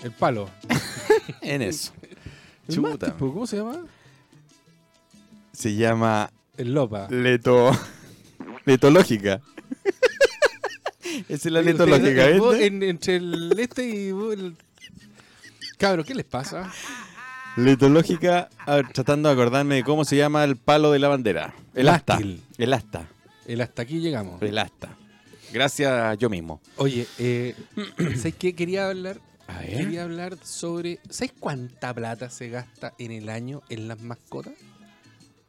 Speaker 2: el palo.
Speaker 3: En eso.
Speaker 2: El
Speaker 3: Chuta.
Speaker 2: mástil, ¿Cómo se llama?
Speaker 3: Se llama
Speaker 2: El lopa.
Speaker 3: leto... letológica. Esa es la letológica,
Speaker 2: Ustedes, vos,
Speaker 3: ¿viste?
Speaker 2: en- entre el este y vos, el... Cabro, ¿qué les pasa?
Speaker 3: Letológica, a ver, tratando de acordarme de cómo se llama el palo de la bandera. El asta.
Speaker 2: Mástil.
Speaker 3: El asta.
Speaker 2: El hasta aquí llegamos.
Speaker 3: El asta. Gracias a yo mismo.
Speaker 2: Oye, eh, ¿sabes qué? Quería hablar.
Speaker 3: A ver.
Speaker 2: Quería hablar sobre. ¿Sabes cuánta plata se gasta en el año en las mascotas?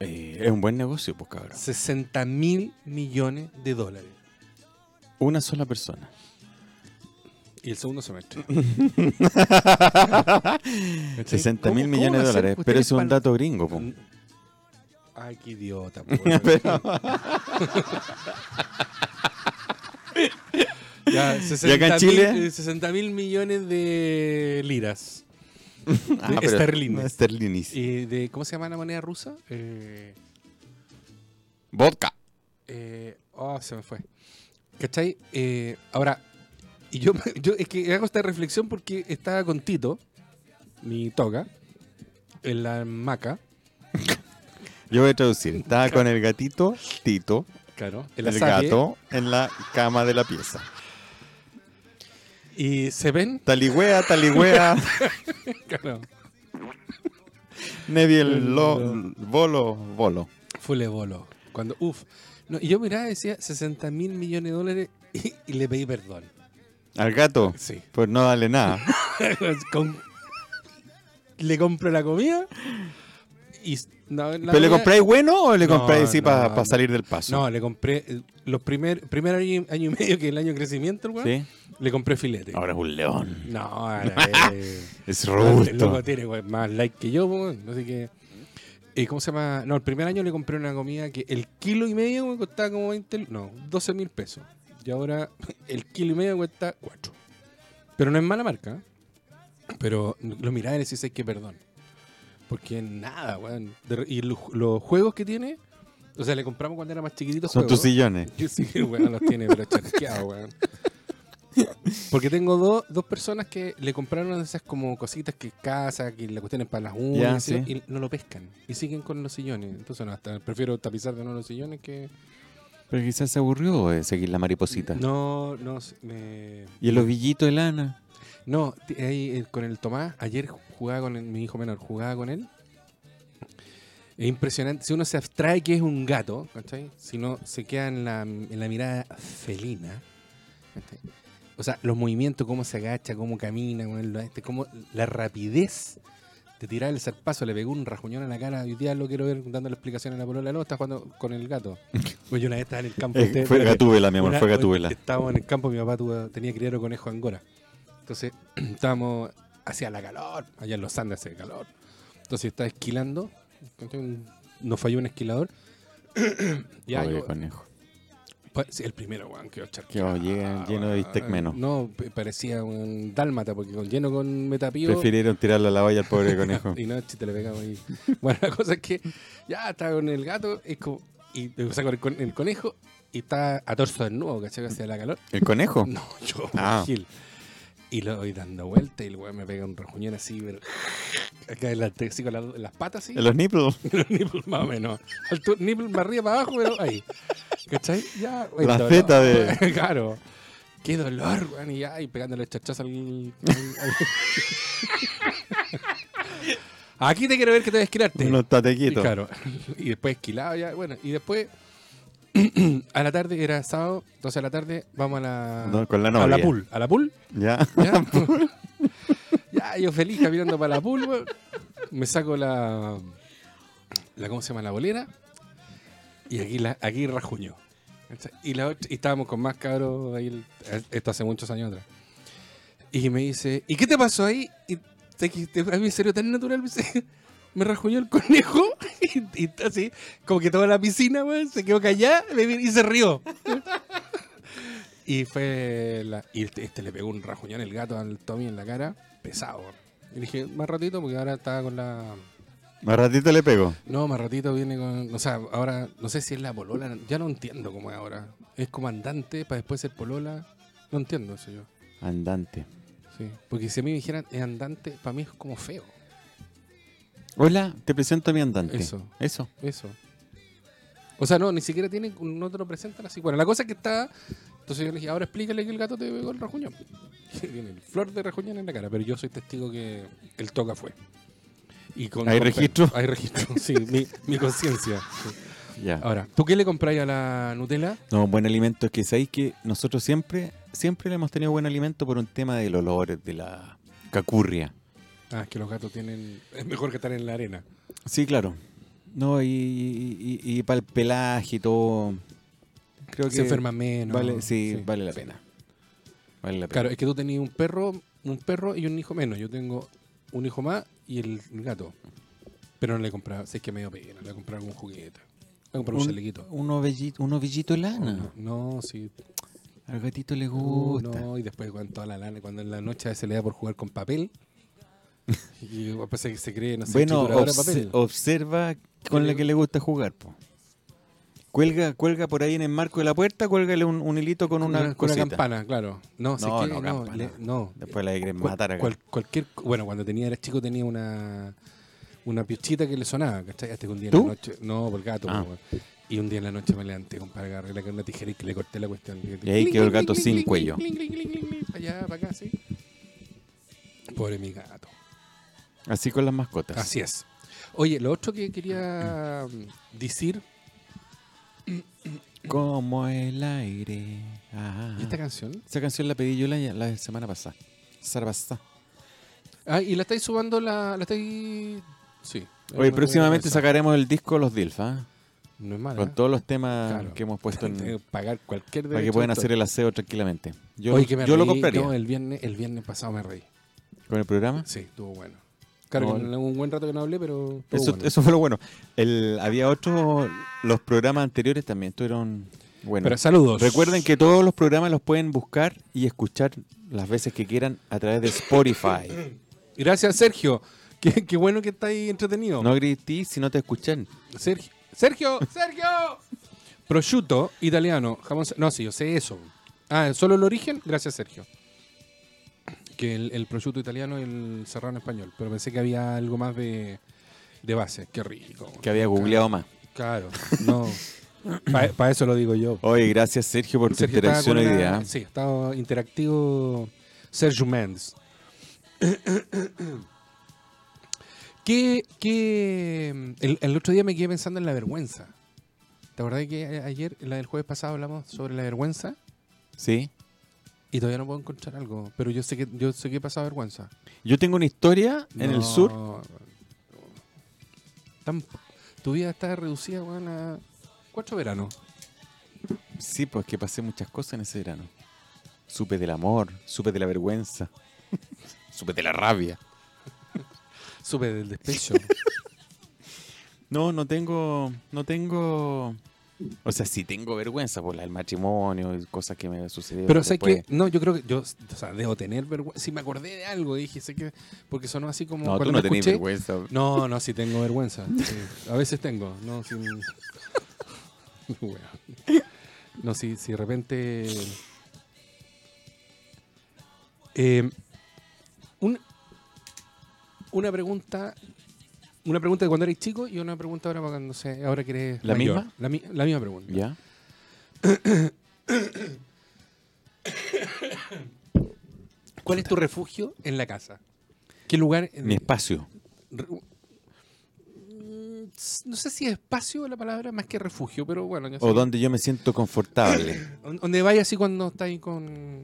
Speaker 3: Eh, es un buen negocio, pues cabrón.
Speaker 2: 60 mil millones de dólares.
Speaker 3: Una sola persona.
Speaker 2: Y el segundo semestre.
Speaker 3: 60
Speaker 2: ¿Cómo-
Speaker 3: mil
Speaker 2: cómo
Speaker 3: millones de
Speaker 2: va a ser
Speaker 3: dólares.
Speaker 2: que ustedes Ah,
Speaker 3: Pero eso es un
Speaker 2: pal-
Speaker 3: dato gringo, po.
Speaker 2: Ay, qué idiota. po. ya, 60
Speaker 3: acá en Chile?
Speaker 2: 60 mil millones de liras.
Speaker 3: Ah,
Speaker 2: de
Speaker 3: pero-
Speaker 2: esterlines.
Speaker 3: Esterlines.
Speaker 2: Eh, de, ¿Cómo se llama la moneda rusa? Eh,
Speaker 3: Vodka.
Speaker 2: eh, oh, se me fue. ¿Cachai? Eh, ahora, y yo, yo es que hago esta reflexión porque estaba con Tito, mi toga, en la maca,
Speaker 3: Yo voy a traducir. Estaba con el gatito Tito,
Speaker 2: claro, en
Speaker 3: el,
Speaker 2: la salle,
Speaker 3: gato en la cama de la pieza.
Speaker 2: y se ven,
Speaker 3: Taligüea, taligüea,
Speaker 2: claro,
Speaker 3: Nevi el lo- bolo, bolo.
Speaker 2: Fule bolo. Cuando, uff. No, y yo miraba y decía 60 mil millones de dólares y, y le pedí perdón.
Speaker 3: Al gato,
Speaker 2: Sí.
Speaker 3: pues no dale nada.
Speaker 2: Con- le compro la comida y. No, la
Speaker 3: ¿Pero le
Speaker 2: comida-
Speaker 3: compráis bueno o le
Speaker 2: No,
Speaker 3: compráis así
Speaker 2: no,
Speaker 3: para
Speaker 2: no.
Speaker 3: salir del paso?
Speaker 2: No, le compré eh, los primer, primer año, y- año y medio que el año de crecimiento, el weón,
Speaker 3: ¿Sí?
Speaker 2: le compré filete.
Speaker 3: Ahora es un león.
Speaker 2: No, ahora, eh,
Speaker 3: Es
Speaker 2: El loco
Speaker 3: robusto.
Speaker 2: tiene weón, más like que yo, weón, así que. eh, ¿Cómo se llama? No, el primer año le compré una comida que el kilo y medio me costaba como 20, no, 12 mil pesos. Y ahora el kilo y medio cuesta 4. Pero no es mala marca. ¿eh? Pero lo miraba y decís, es que perdón. Porque nada, weón. De re- Y los, los juegos que tiene, o sea, le compramos cuando era más chiquitito.
Speaker 3: Son tus
Speaker 2: juegos.
Speaker 3: sillones.
Speaker 2: Yo sí, weón, los tiene, pero charqueados, weón. Porque tengo dos- dos personas que le compraron esas como cositas que casa, que la cuestión es para las uñas,
Speaker 3: Ya,
Speaker 2: y
Speaker 3: sí.
Speaker 2: y no lo pescan. Y siguen con los sillones. Entonces, no, hasta prefiero tapizar de nuevo los sillones que.
Speaker 3: Pero quizás se aburrió de seguir la mariposita.
Speaker 2: No, no, s- me-
Speaker 3: Y el ovillitos de lana.
Speaker 2: No, t- ahí, eh, con el Tomás, ayer jugaba con el- mi hijo menor, jugaba con él. Es impresionante. Si uno se abstrae que es un gato, ¿cachai? Si no, se queda en la, en la mirada felina. ¿cachai? O sea, los movimientos, cómo se agacha, cómo camina, weón, lo- este, cómo, la rapidez de tirar el zarpazo. Le pegó un rajuñón en la cara. Hoy día lo quiero ver dando la explicación a la polola. No, está jugando con el gato. Oye, yo una vez estaba en el campo.
Speaker 3: Eh,
Speaker 2: ustedes-
Speaker 3: fue
Speaker 2: espérate.
Speaker 3: gatúbela, mi amor,
Speaker 2: Una-
Speaker 3: fue gatúbela.
Speaker 2: Estábamos en el campo, mi papá tuvo- tenía criado conejo angora. Entonces, estábamos, hacía la calor, allá en los Andes hace calor. Entonces estaba esquilando ¿cachai? Un- Nos falló un esquilador. ya,
Speaker 3: Oye,
Speaker 2: yo-
Speaker 3: conejo.
Speaker 2: pa- sí, el primero, weón, quedó charqueado,
Speaker 3: Que va llegan lleno de bistec
Speaker 2: weón.
Speaker 3: menos.
Speaker 2: No, pe- parecía un dálmata, porque con lleno con metapío.
Speaker 3: Prefirieron tirarlo a la valla al pobre conejo.
Speaker 2: Y no, si te le pegamos ahí. Bueno, la cosa es que ya está con el gato, es como, y, o sea, con el, con el conejo, y está a torso desnudo, ¿cachai? Hacia la calor.
Speaker 3: ¿El conejo?
Speaker 2: No, yo,
Speaker 3: Ah.
Speaker 2: Gil. Y lo voy dando vuelta y el weón me pega un rajuñón así, pero. Acá en la- así con la- las patas así.
Speaker 3: ¿En los nipples?
Speaker 2: Los nipples más o menos. Altu- nipple más arriba para abajo, pero ahí. ¿Cachai? Ya, el
Speaker 3: La
Speaker 2: dolor.
Speaker 3: zeta de-
Speaker 2: claro. Qué dolor, weón. Y ya, y pegándole chachazos al. al- al- Aquí te quiero ver que te voy a esquilarte.
Speaker 3: Unos
Speaker 2: Y
Speaker 3: tatequitos.
Speaker 2: claro. Y después esquilado ya. Bueno, y después. a la tarde, era sábado, 12 de la tarde, vamos a la.
Speaker 3: No, con la
Speaker 2: a la
Speaker 3: novia.
Speaker 2: pool. A la pool.
Speaker 3: ¿Ya?
Speaker 2: Ya, pues. Ya, yo feliz caminando para la pulva. Me saco la, la. ¿Cómo se llama? La bolera. Y aquí, la, aquí rajuño. ¿Cachai? Y, la otra- y estábamos con más cabros ahí. el- Esto hace muchos años atrás. Y me dice, ¿y qué te pasó ahí? Y te, te- a mí serio tan natural. Me, dice, me rajuñó el conejo. Y, y así, como que toda la piscina, weón, se quedó callada me vi- y se rió. Y fue la- y este, este le pegó un rajuñón el gato al Tommy en la cara, pesado. Y le dije, más ratito, porque ahora está con la.
Speaker 3: Más ratito le pego.
Speaker 2: No, más ratito viene con. O sea, ahora no sé si es la polola, ya no entiendo cómo es ahora. Es comandante para después ser polola. No entiendo eso yo.
Speaker 3: Andante.
Speaker 2: Sí. Porque si a mí me dijeran es andante, para mí es como feo.
Speaker 3: Hola, te presento a mi andante.
Speaker 2: Eso.
Speaker 3: Eso.
Speaker 2: Eso. O sea, no, ni siquiera tiene, no te lo presentan así. Bueno, la cosa es que está. Entonces yo le dije, ahora explícale que el gato te pegó el rajuñón. Y Tiene el flor de rajuñón en la cara, pero yo soy testigo que el toca fue. Y con-
Speaker 3: ¿Hay
Speaker 2: con-
Speaker 3: registro?
Speaker 2: Hay registro, sí, mi, mi conciencia. sí.
Speaker 3: Ya.
Speaker 2: Ahora, ¿tú qué le compráis a la Nutella?
Speaker 3: No, buen alimento. Es que sabéis que nosotros siempre, siempre le hemos tenido buen alimento por un tema del olor, de la cacurria.
Speaker 2: Ah, es que los gatos tienen. Es mejor que estar en la arena.
Speaker 3: Sí, claro. No, y, y, para el pelaje y todo. Creo que
Speaker 2: Se enferman menos.
Speaker 3: Vale, sí, vale la pena. Vale la pena.
Speaker 2: Claro, es que tú tenías un perro, un perro y un hijo menos. Yo tengo un hijo más y el gato. Pero no le he comprado, si es que me dio pena, le he comprado algún juguete. Le he comprado un, chalequito.
Speaker 3: un ovellito, un ovellito de lana.
Speaker 2: No, sí.
Speaker 3: Al gatito le
Speaker 2: Uh,
Speaker 3: gusta.
Speaker 2: no, y después cuando toda la lana, cuando en la noche a veces le da por jugar con papel. Y luego pasa que se cree, no sé,
Speaker 3: bueno,
Speaker 2: trituradora de
Speaker 3: obs-
Speaker 2: papel.
Speaker 3: observa con la que le gusta jugar, po. Cuelga, cuelga por ahí en el marco de la puerta, cuélgale un, un hilito con una,
Speaker 2: con una
Speaker 3: cosita.
Speaker 2: campana, claro. No, si es
Speaker 3: No,
Speaker 2: que,
Speaker 3: no,
Speaker 2: no,
Speaker 3: campana.
Speaker 2: le- no,
Speaker 3: Después la quieren
Speaker 2: Cual-
Speaker 3: matar acá.
Speaker 2: cual- cualquier, bueno, cuando tenía era chico tenía una una piochita que le sonaba, ¿cachai? Hasta que un día en
Speaker 3: ¿Tú?
Speaker 2: la noche, no, por el gato,
Speaker 3: Ah.
Speaker 2: po, weón. y un día en la noche me levanté con para agarrarla con una tijera y que le corté la cuestión.
Speaker 3: Y ahí quedó el gato sin cuello.
Speaker 2: Allá, para acá, sí. Pobre mi gato.
Speaker 3: Así con las mascotas.
Speaker 2: Así es. Oye, lo otro que quería mm, decir,
Speaker 3: Como el aire. Ah.
Speaker 2: ¿y esta canción?
Speaker 3: Esa canción la pedí yo la, la semana pasada. Sarbasta.
Speaker 2: Ah, y la estáis subando la, la estáis sí.
Speaker 3: Oye, próximamente
Speaker 2: Esa.
Speaker 3: sacaremos el disco Los Dilf, ¿ah?
Speaker 2: no es mala.
Speaker 3: Con todos los temas
Speaker 2: Claro.
Speaker 3: que hemos puesto en-
Speaker 2: Tengo que pagar cualquier
Speaker 3: para que
Speaker 2: derecho
Speaker 3: puedan
Speaker 2: de autor.
Speaker 3: hacer el aseo tranquilamente. Yo,
Speaker 2: Oye, que me
Speaker 3: yo lo
Speaker 2: reí.
Speaker 3: compraría
Speaker 2: No, el viernes, el viernes pasado me reí.
Speaker 3: con el programa.
Speaker 2: Sí, estuvo bueno. Claro,
Speaker 3: No,
Speaker 2: que no- un buen rato que no hablé, pero. estuvo
Speaker 3: Eso,
Speaker 2: bueno.
Speaker 3: eso fue lo bueno. El, había otros, los programas anteriores también estuvieron buenos.
Speaker 2: Pero saludos.
Speaker 3: Recuerden que todos los programas los pueden buscar y escuchar las veces que quieran a través de Spotify.
Speaker 2: Gracias, Sergio. Qué, qué bueno que está ahí entretenido.
Speaker 3: No gritís si no te escuchan.
Speaker 2: Sergio. Sergio, Sergio. Prosciutto italiano. Jamón. se- No, sí, yo sé eso. Ah, solo el origen. Gracias, Sergio. Que el, el prosciutto italiano y el serrano español. Pero pensé que había algo más de, de base. Qué rico.
Speaker 3: Que había googleado más.
Speaker 2: Claro, no. Para eso lo digo yo.
Speaker 3: Oye, gracias Sergio por tu
Speaker 2: Sergio estaba
Speaker 3: interacción hoy
Speaker 2: con
Speaker 3: día.
Speaker 2: una- Sí, estaba interactivo Sergio Mendes. ¿Qué, qué- el, el otro día me quedé pensando en la vergüenza. ¿Te acordás que a- ayer, la del jueves pasado, hablamos sobre la vergüenza?
Speaker 3: Sí.
Speaker 2: Y todavía no puedo encontrar algo, pero yo sé que yo sé que he pasado vergüenza.
Speaker 3: Yo tengo una historia en
Speaker 2: No,
Speaker 3: el sur.
Speaker 2: tan- tu vida está reducida weón, a cuatro veranos.
Speaker 3: Sí, pues que pasé muchas cosas en ese verano. Supe del amor, supe de la vergüenza, supe de la rabia.
Speaker 2: Sube del despecho.
Speaker 3: No, no tengo, no tengo, o sea, sí tengo vergüenza por el matrimonio y cosas que me sucedieron.
Speaker 2: Pero sé que,
Speaker 3: después.
Speaker 2: no, yo creo que yo, o sea, debo tener vergüenza. Si me acordé de algo, dije, sé que, porque sonó así como.
Speaker 3: No, tú
Speaker 2: cuando
Speaker 3: no
Speaker 2: lo
Speaker 3: tenés
Speaker 2: escuché.
Speaker 3: vergüenza.
Speaker 2: No, no, sí tengo vergüenza. sí. A veces tengo. No, sí. Weón. No, sí, sí, de repente. Eh, un- una pregunta. Una pregunta de cuando eres chico y una pregunta ahora cuando se, ahora que eres
Speaker 3: ¿La
Speaker 2: mayor.
Speaker 3: misma?
Speaker 2: La, mi- la misma pregunta.
Speaker 3: ¿Ya?
Speaker 2: ¿Cuál es tu refugio en la casa? ¿Qué lugar?
Speaker 3: Mi espacio.
Speaker 2: re- Mm, No sé si espacio es la palabra más que refugio, pero bueno. ya
Speaker 3: O
Speaker 2: sé.
Speaker 3: donde yo me siento confortable.
Speaker 2: On- Donde vaya así cuando está ahí con...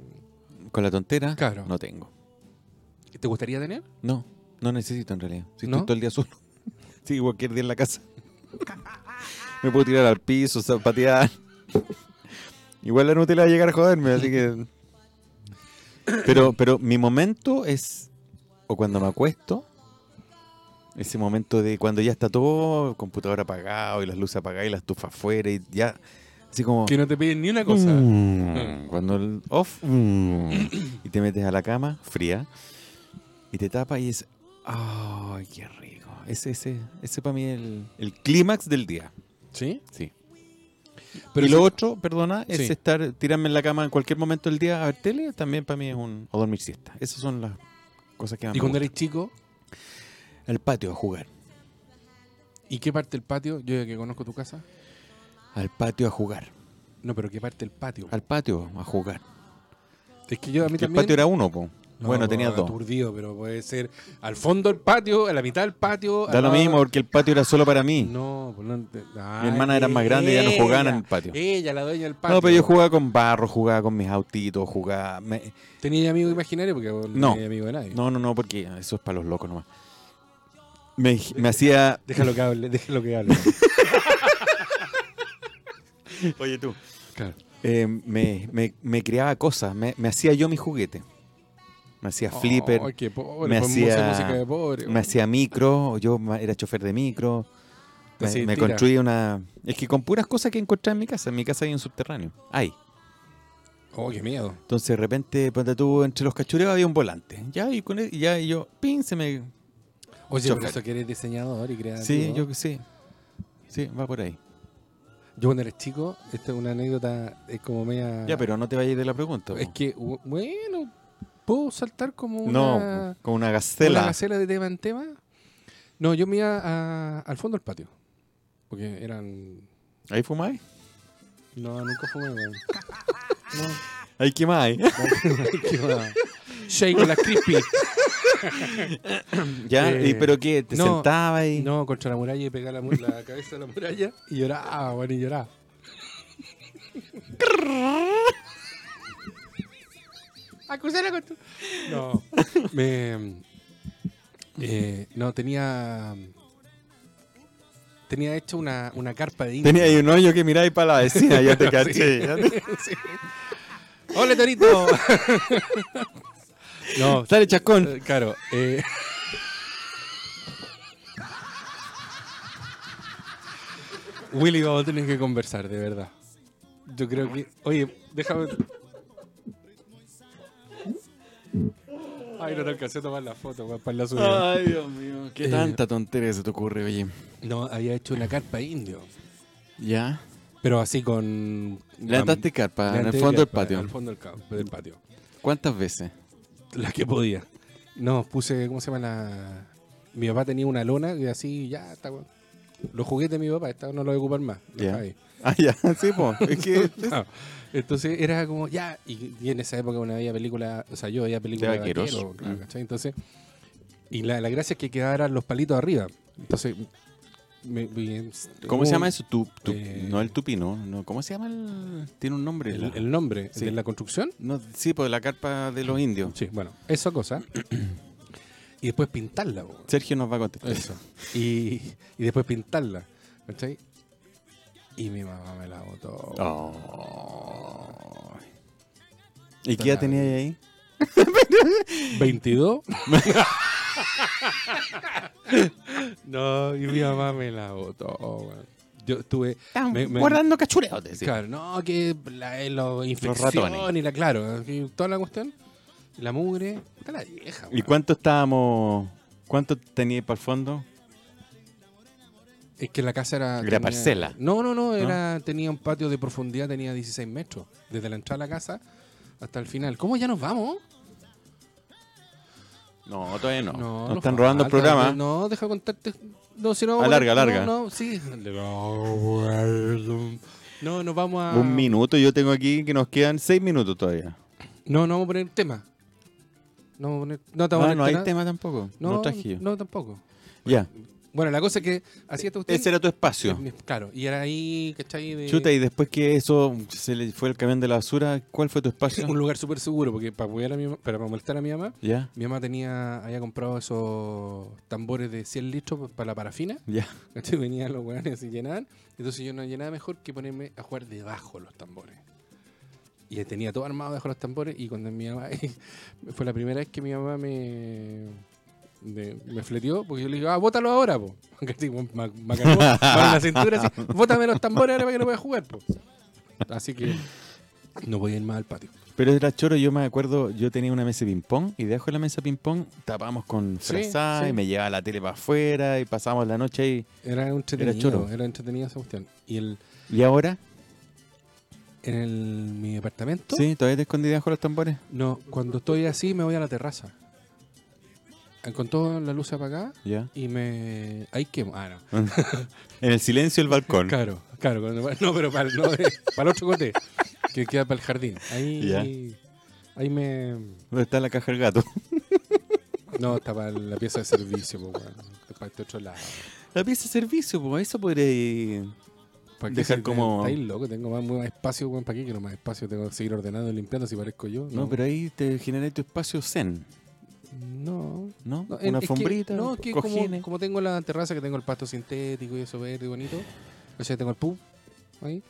Speaker 3: Con la tontera,
Speaker 2: Claro.
Speaker 3: no tengo.
Speaker 2: ¿Te gustaría tener?
Speaker 3: No, no necesito en realidad. Si
Speaker 2: ¿No?
Speaker 3: estoy todo el día solo. Sí, cualquier día en la casa. Me puedo tirar al piso, zapatear. Igual la Nutella va a llegar a joderme, así que. Pero, pero mi momento es. O cuando me acuesto. Ese momento de cuando ya está todo, el computador apagado y las luces apagadas y la estufa afuera y ya. Así como.
Speaker 2: Que no te piden ni una cosa.
Speaker 3: Mm, Cuando el off. mm, y te metes a la cama, fría. Y te tapas y es. ¡Ay, qué rico! Ese, ese, ese para mí es el, el clímax del día.
Speaker 2: ¿Sí?
Speaker 3: Sí.
Speaker 2: Pero
Speaker 3: y lo
Speaker 2: si-
Speaker 3: otro, perdona, es
Speaker 2: Sí.
Speaker 3: estar, tirarme en la cama en cualquier momento del día a ver tele. También para mí es un. O dormir siesta. Esas son las cosas que más
Speaker 2: ¿Y
Speaker 3: me
Speaker 2: cuando
Speaker 3: gustan.
Speaker 2: eres chico?
Speaker 3: Al patio a jugar.
Speaker 2: ¿Y qué parte del patio? Yo ya que conozco tu casa.
Speaker 3: Al patio a jugar.
Speaker 2: No, pero ¿qué parte del patio?
Speaker 3: Al patio a jugar.
Speaker 2: Es que yo a mí
Speaker 3: Que el
Speaker 2: también...
Speaker 3: patio era uno, po.
Speaker 2: No,
Speaker 3: bueno,
Speaker 2: pues,
Speaker 3: tenía dos.
Speaker 2: Aturdido, pero puede ser al fondo del patio, a la mitad del patio.
Speaker 3: Da
Speaker 2: al
Speaker 3: lo
Speaker 2: lado-
Speaker 3: mismo porque el patio era solo para mí.
Speaker 2: No, pues no...
Speaker 3: Mi hermana era más grande y ya no jugaban en el patio.
Speaker 2: Ella, la dueña del patio.
Speaker 3: No, pero yo jugaba con barro, jugaba con mis autitos, jugaba. me-
Speaker 2: ¿Tenía amigo imaginario? Porque vos no
Speaker 3: No.
Speaker 2: tenía amigo de nadie.
Speaker 3: No, no, no, porque eso es para los locos nomás. Me, me hacía.
Speaker 2: Déjalo que hable, déjalo que hable.
Speaker 3: Oye, tú.
Speaker 2: claro.
Speaker 3: eh, me, me- me creaba cosas, me, me hacía yo mi juguete. Me hacía flipper,
Speaker 2: Ay, qué pobre,
Speaker 3: me
Speaker 2: pues, música-
Speaker 3: hacía-
Speaker 2: música de pobre. oh.
Speaker 3: me hacía micro, yo ma- era chofer de micro.
Speaker 2: Te
Speaker 3: Me,
Speaker 2: hacía
Speaker 3: me
Speaker 2: tira.
Speaker 3: construía una. Es que con puras cosas que encontré en mi casa. En mi casa hay un subterráneo. Hay.
Speaker 2: Oh, qué miedo.
Speaker 3: Entonces de repente, ponte tú, entre los cachureos había un volante. Ya, y con él- y ya, y yo, pin, se me
Speaker 2: Oye,
Speaker 3: Chofer.
Speaker 2: por eso que eres diseñador y creativo.
Speaker 3: Sí, yo que sí. Sí, va por ahí.
Speaker 2: Yo cuando eres chico, esta es una anécdota, es como media...
Speaker 3: Ya, pero no te vayas de la pregunta.
Speaker 2: Es
Speaker 3: po.
Speaker 2: que, bu- bueno, puedo saltar como una...
Speaker 3: No, con una
Speaker 2: una
Speaker 3: gacela.
Speaker 2: gacela de tema en tema. No, yo me iba a- al fondo del patio. Porque eran...
Speaker 3: ¿Ahí fumáis?
Speaker 2: No, nunca fumé, weón. No,
Speaker 3: Ahí quemáis.
Speaker 2: qué va. Shake con la crispy.
Speaker 3: ya,
Speaker 2: Eh,
Speaker 3: ¿y pero qué? ¿Te
Speaker 2: no,
Speaker 3: sentabas y
Speaker 2: No, contra la muralla y pegaba la, mu- la cabeza a la muralla y lloraba, bueno, y lloraba. Acusala con tu... No, me... eh, no, tenía... Tenía hecho una, una carpa de indios.
Speaker 3: Tenía ahí un hoyo que miráis para la vecina, ya te caché. ya te-
Speaker 2: Sí. ¡Hola, Torito! no,
Speaker 3: Dale, chascón.
Speaker 2: eh, Claro. eh. Willy, vamos a tener que conversar, de verdad. Yo creo que. Oye, déjame. Ay, no te alcancé a tomar la foto, weón, para la subida.
Speaker 3: Ay, Dios mío. Qué
Speaker 2: Eh.
Speaker 3: tanta tontería se te ocurre, oye.
Speaker 2: No, había hecho una carpa indio.
Speaker 3: Ya.
Speaker 2: Pero así con.
Speaker 3: Levantaste carpa en el
Speaker 2: Levanté
Speaker 3: fondo del
Speaker 2: carpa, En
Speaker 3: patio.
Speaker 2: el fondo del ca- del patio.
Speaker 3: ¿Cuántas veces?
Speaker 2: La que podía. No, puse, ¿cómo se llama la...? Mi papá tenía una lona y así, ya, está, weón. Los juguetes de mi papá, esta no lo voy a ocupar más. los
Speaker 3: Ya.
Speaker 2: dejaba ahí.
Speaker 3: Ah, ya, sí, po. Es que.
Speaker 2: No. Entonces era como, ya, y, y en esa época uno veía películas, o sea, yo veía películas
Speaker 3: De vaqueros.
Speaker 2: vaqueros, claro,
Speaker 3: Mm.
Speaker 2: ¿cachai? Entonces, y la, la gracia es que quedaran los palitos arriba. Entonces, me- me-
Speaker 3: ¿Cómo
Speaker 2: hubo
Speaker 3: se llama eso? Tu, tu-
Speaker 2: Eh.
Speaker 3: No el tupino. No, ¿Cómo se llama el.? Tiene un nombre.
Speaker 2: El,
Speaker 3: la-
Speaker 2: el nombre
Speaker 3: Sí.
Speaker 2: de la construcción.
Speaker 3: No, sí, pues la carpa de los indios.
Speaker 2: Sí, bueno, esa cosa. y después pintarla, weón.
Speaker 3: Sergio nos va a contestar.
Speaker 2: Eso. Y, y después pintarla. ¿Cachai? Y mi mamá me la botó.
Speaker 3: ¿Y qué ya tenía ahí?
Speaker 2: 22. No, y mi mamá me la botó, weón. Yo estuve. me- me-
Speaker 3: cachureos, te
Speaker 2: Claro, no, que la, eh, lo-
Speaker 3: ratones.
Speaker 2: infección y la, claro, que toda la cuestión. La mugre, está la vieja,
Speaker 3: ¿Y
Speaker 2: weón.
Speaker 3: cuánto estábamos? ¿Cuánto tenía para el fondo?
Speaker 2: Es que la casa era.
Speaker 3: Era
Speaker 2: tenía-
Speaker 3: parcela.
Speaker 2: No, no, no, era, tenía un patio de profundidad, tenía 16 metros. Desde la entrada a la casa hasta el final. ¿Cómo ya nos vamos?
Speaker 3: No, todavía no. Nos
Speaker 2: no
Speaker 3: están robando el
Speaker 2: falta,
Speaker 3: programa.
Speaker 2: No, deja contarte. No, si no. vamos a-
Speaker 3: Alarga,
Speaker 2: no,
Speaker 3: alarga.
Speaker 2: No, sí. No, nos vamos a.
Speaker 3: Un minuto, yo tengo aquí que nos quedan seis minutos todavía.
Speaker 2: No, no vamos a poner tema. No, vamos a poner- no te vamos
Speaker 3: No,
Speaker 2: a
Speaker 3: no
Speaker 2: poner
Speaker 3: hay
Speaker 2: nada.
Speaker 3: tema tampoco. No,
Speaker 2: No,
Speaker 3: traje yo.
Speaker 2: no, tampoco.
Speaker 3: Ya.
Speaker 2: Bueno, la cosa es que así está usted.
Speaker 3: Ese era tu espacio.
Speaker 2: Claro, y era ahí, ¿cachai? De...
Speaker 3: Chuta, y después que eso se le fue el camión de la basura, ¿cuál fue tu espacio?
Speaker 2: Un lugar súper seguro, porque para, apoyar a mi, ma- para molestar a mi mamá,
Speaker 3: Ya,
Speaker 2: mi mamá tenía, había comprado esos tambores de 100 litros para la parafina.
Speaker 3: ya.
Speaker 2: ¿cachai? Venían los hueones y llenaban. Entonces yo no llenaba mejor que ponerme a jugar debajo de los tambores. Y tenía todo armado debajo de los tambores. Y cuando mi mamá. fue la primera vez que mi mamá me. me- me fleteó, porque yo le digo, ah, bótalo ahora, po. ¿Cachai? Me, me agarró con la cintura así, bótame los tambores ahora para que no pueda jugar, po. Así que no podía ir más al patio.
Speaker 3: Pero era choro, yo me acuerdo, yo tenía una mesa de ping-pong y debajo de la mesa de ping-pong tapamos con
Speaker 2: Sí,
Speaker 3: frazada
Speaker 2: sí.
Speaker 3: y me llevaba la tele para afuera y pasábamos la noche ahí.
Speaker 2: Era entretenido, era,
Speaker 3: choro.
Speaker 2: entretenida esa cuestión. Y el,
Speaker 3: ¿Y ahora?
Speaker 2: en el, mi departamento,
Speaker 3: Sí, todavía te escondí debajo de los tambores.
Speaker 2: No, cuando estoy así me voy a la terraza. Eh, Con toda la luz apagada
Speaker 3: Ya.
Speaker 2: y me. Ahí quemo. Ah, no.
Speaker 3: en el silencio del balcón.
Speaker 2: Claro, claro. cuando- No, pero para, el- no, eh, para el otro cote que queda para el jardín. Ahí.
Speaker 3: Ya.
Speaker 2: Ahí me.
Speaker 3: ¿Dónde está la caja del gato?
Speaker 2: No, está para la pieza de servicio, po, weón. Es Para este otro lado.
Speaker 3: La pieza de servicio, pues eso podría ir.
Speaker 2: ¿Para qué
Speaker 3: Dejar
Speaker 2: si-
Speaker 3: como-
Speaker 2: Estáis loco, tengo más, más espacio, weón, para aquí, quiero más espacio. Tengo que seguir ordenando y limpiando si parezco yo.
Speaker 3: No, pero ahí te generé tu espacio zen,
Speaker 2: No.
Speaker 3: ¿no?
Speaker 2: No, en-
Speaker 3: una
Speaker 2: es que-
Speaker 3: alfombrita,
Speaker 2: no, es que como,
Speaker 3: cojines.
Speaker 2: como tengo la terraza, que tengo el pasto sintético y eso verde y bonito. O sea, tengo el pub ahí.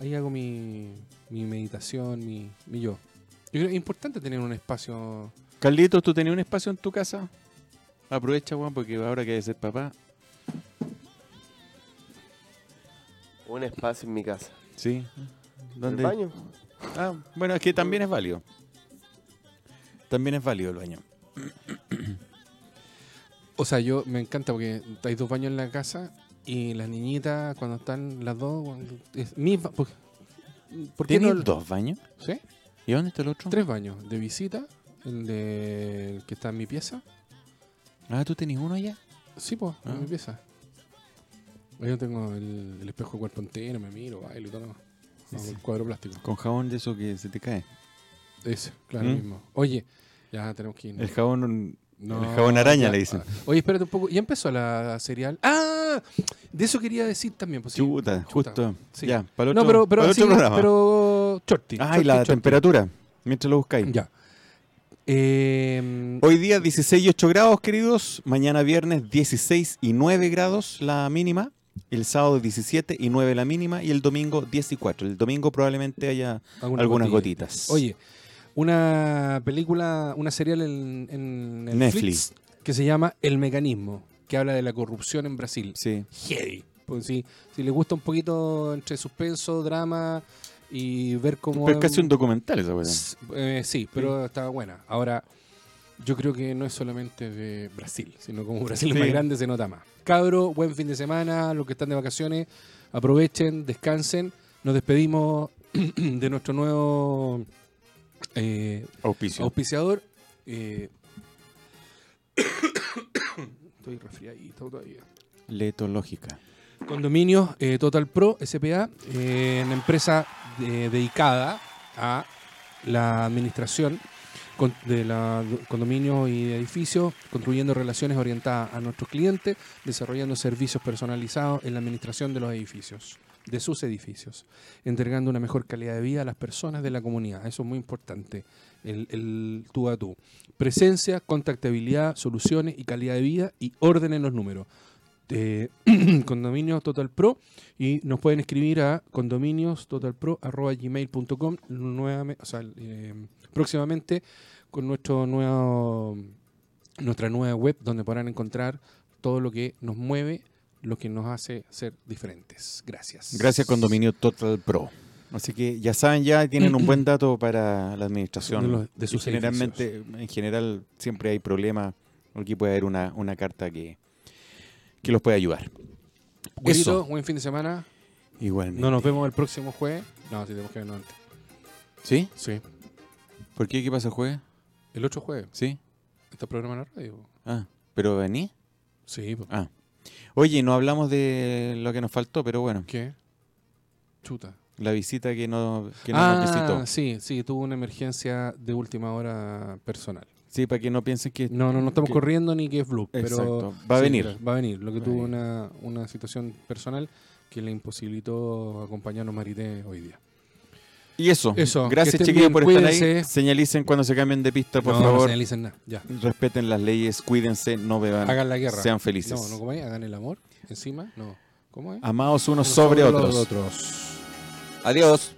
Speaker 2: Ahí hago mi, mi meditación, mi, mi yo. Yo creo que es importante tener un espacio.
Speaker 3: Carlitos, ¿tú tenías un espacio en tu casa? Aprovecha, Juan, porque ahora que debes ser papá.
Speaker 4: Un espacio en mi casa.
Speaker 3: Sí. ¿Dónde?
Speaker 4: ¿El baño?
Speaker 3: Ah, bueno, es que también es válido. También es válido el baño.
Speaker 2: O sea, yo me encanta porque hay dos baños en la casa y las niñitas, cuando están las dos, cuando- es mi ba- ¿Por, por qué
Speaker 3: ¿Tienes
Speaker 2: no-
Speaker 3: dos baños?
Speaker 2: ¿Sí?
Speaker 3: ¿Y dónde está el otro?
Speaker 2: Tres baños. De visita, el, de, el que está en mi pieza.
Speaker 3: Ah, ¿tú tenías uno allá?
Speaker 2: Sí, pues,
Speaker 3: Ah.
Speaker 2: en mi pieza. Ahí Yo tengo el, el espejo de cuerpo entero, me miro, bailo y todo. lo demás. Hago
Speaker 3: sí.
Speaker 2: el cuadro plástico.
Speaker 3: Con jabón de eso que se te cae.
Speaker 2: Ese, claro
Speaker 3: ¿Mm?
Speaker 2: mismo. Oye, ya tenemos que ir.
Speaker 3: El jabón...
Speaker 2: No,
Speaker 3: el jabón araña
Speaker 2: ya.
Speaker 3: le dicen.
Speaker 2: Ah, Oye, espérate un poco. Ya empezó la serial. ¡Ah! De eso quería decir también. Pues, sí.
Speaker 3: Chuta, justo.
Speaker 2: sí.
Speaker 3: Ya, para el otro,
Speaker 2: No, pero, pero,
Speaker 3: para el
Speaker 2: sí,
Speaker 3: otro programa.
Speaker 2: pero shorty.
Speaker 3: ah, y
Speaker 2: shorty,
Speaker 3: la
Speaker 2: shorty.
Speaker 3: temperatura. Mientras lo buscáis.
Speaker 2: Ya. Eh,
Speaker 3: Hoy día 16 y 8 grados, queridos. Mañana viernes 16 y 9 grados la mínima. El sábado 17 y 9 la mínima. Y el domingo 10 y 4. El domingo probablemente haya algunas gotitas.
Speaker 2: Oye, una película, una serial en, en Netflix,
Speaker 3: Netflix.
Speaker 2: que se llama El Mecanismo, que habla de la corrupción en Brasil.
Speaker 3: Sí.
Speaker 2: Heavy. Pues si, si les gusta un poquito entre suspenso, drama y ver cómo.
Speaker 3: Pero es casi un documental esa weá.
Speaker 2: S- eh, sí, pero estaba buena. Ahora, yo creo que no es solamente de Brasil, sino como Brasil
Speaker 3: Sí.
Speaker 2: es más grande, se nota más. Cabro, buen fin de semana, los que están de vacaciones, aprovechen, descansen. Nos despedimos de nuestro nuevo eh,
Speaker 3: Auspicio.
Speaker 2: auspiciador. eh. Estoy resfriadito todavía.
Speaker 3: Letológica.
Speaker 2: Condominios eh, Total Pro SPA, eh, una empresa de- dedicada a la administración con- de la- condominios y edificios, construyendo relaciones orientadas a nuestros clientes, desarrollando servicios personalizados en la administración de los edificios, de sus edificios, entregando una mejor calidad de vida a las personas de la comunidad. Eso es muy importante, el, el tú a tú. Presencia, contactabilidad, soluciones y calidad de vida y orden en los números eh, Condominios Total Pro y nos pueden escribir a condominiostotalpro.gmail.com nuevamente, o sea, eh, próximamente con nuestro nuevo nuestra nueva web donde podrán encontrar todo lo que nos mueve, lo que nos hace ser diferentes. Gracias.
Speaker 3: Gracias Condominio Total Pro. Así que ya saben, ya tienen un buen dato para la administración.
Speaker 2: De los- de sus
Speaker 3: Y generalmente, en general, siempre hay problemas. Aquí puede haber una, una carta que, que los puede ayudar.
Speaker 2: Eso.
Speaker 3: Eso.
Speaker 2: Buen fin de semana.
Speaker 3: Igualmente.
Speaker 2: No nos vemos el próximo jueves. No, sí, tenemos que vernos antes.
Speaker 3: ¿Sí?
Speaker 2: Sí.
Speaker 3: ¿Por qué? ¿Qué pasa, jueves?
Speaker 2: El 8 jueves.
Speaker 3: ¿Sí?
Speaker 2: Este programa en la radio.
Speaker 3: Ah, ¿pero vení?
Speaker 2: Sí, po.
Speaker 3: Ah. Oye, no hablamos de lo que nos faltó, pero bueno,
Speaker 2: ¿qué? Chuta.
Speaker 3: la visita que no, que no nos
Speaker 2: ah,
Speaker 3: visitó.
Speaker 2: sí, sí, tuvo una emergencia de última hora personal.
Speaker 3: Sí, para que no piensen que...
Speaker 2: No, no, no estamos
Speaker 3: Que-
Speaker 2: corriendo ni que es blue, pero
Speaker 3: Exacto. Va a
Speaker 2: sí,
Speaker 3: venir.
Speaker 2: claro, va a venir. Lo que
Speaker 3: Va a
Speaker 2: tuvo
Speaker 3: venir.
Speaker 2: una, una situación personal que le imposibilitó acompañarnos Marité hoy día.
Speaker 3: Y eso.
Speaker 2: Eso, que
Speaker 3: Gracias,
Speaker 2: estén
Speaker 3: chiquillos,
Speaker 2: bien,
Speaker 3: por estar ahí.
Speaker 2: cuídense.
Speaker 3: Señalicen cuando se cambien de pista, por
Speaker 2: no, no
Speaker 3: favor.
Speaker 2: señalicen nada. Ya.
Speaker 3: Respeten las leyes, cuídense, no beban.
Speaker 2: Hagan la guerra.
Speaker 3: Sean felices.
Speaker 2: No, no, ¿cómo es? Hagan el amor. Encima, no. ¿Cómo es?
Speaker 3: Amados unos
Speaker 2: Unos
Speaker 3: sobre,
Speaker 2: los
Speaker 3: otros. Adiós.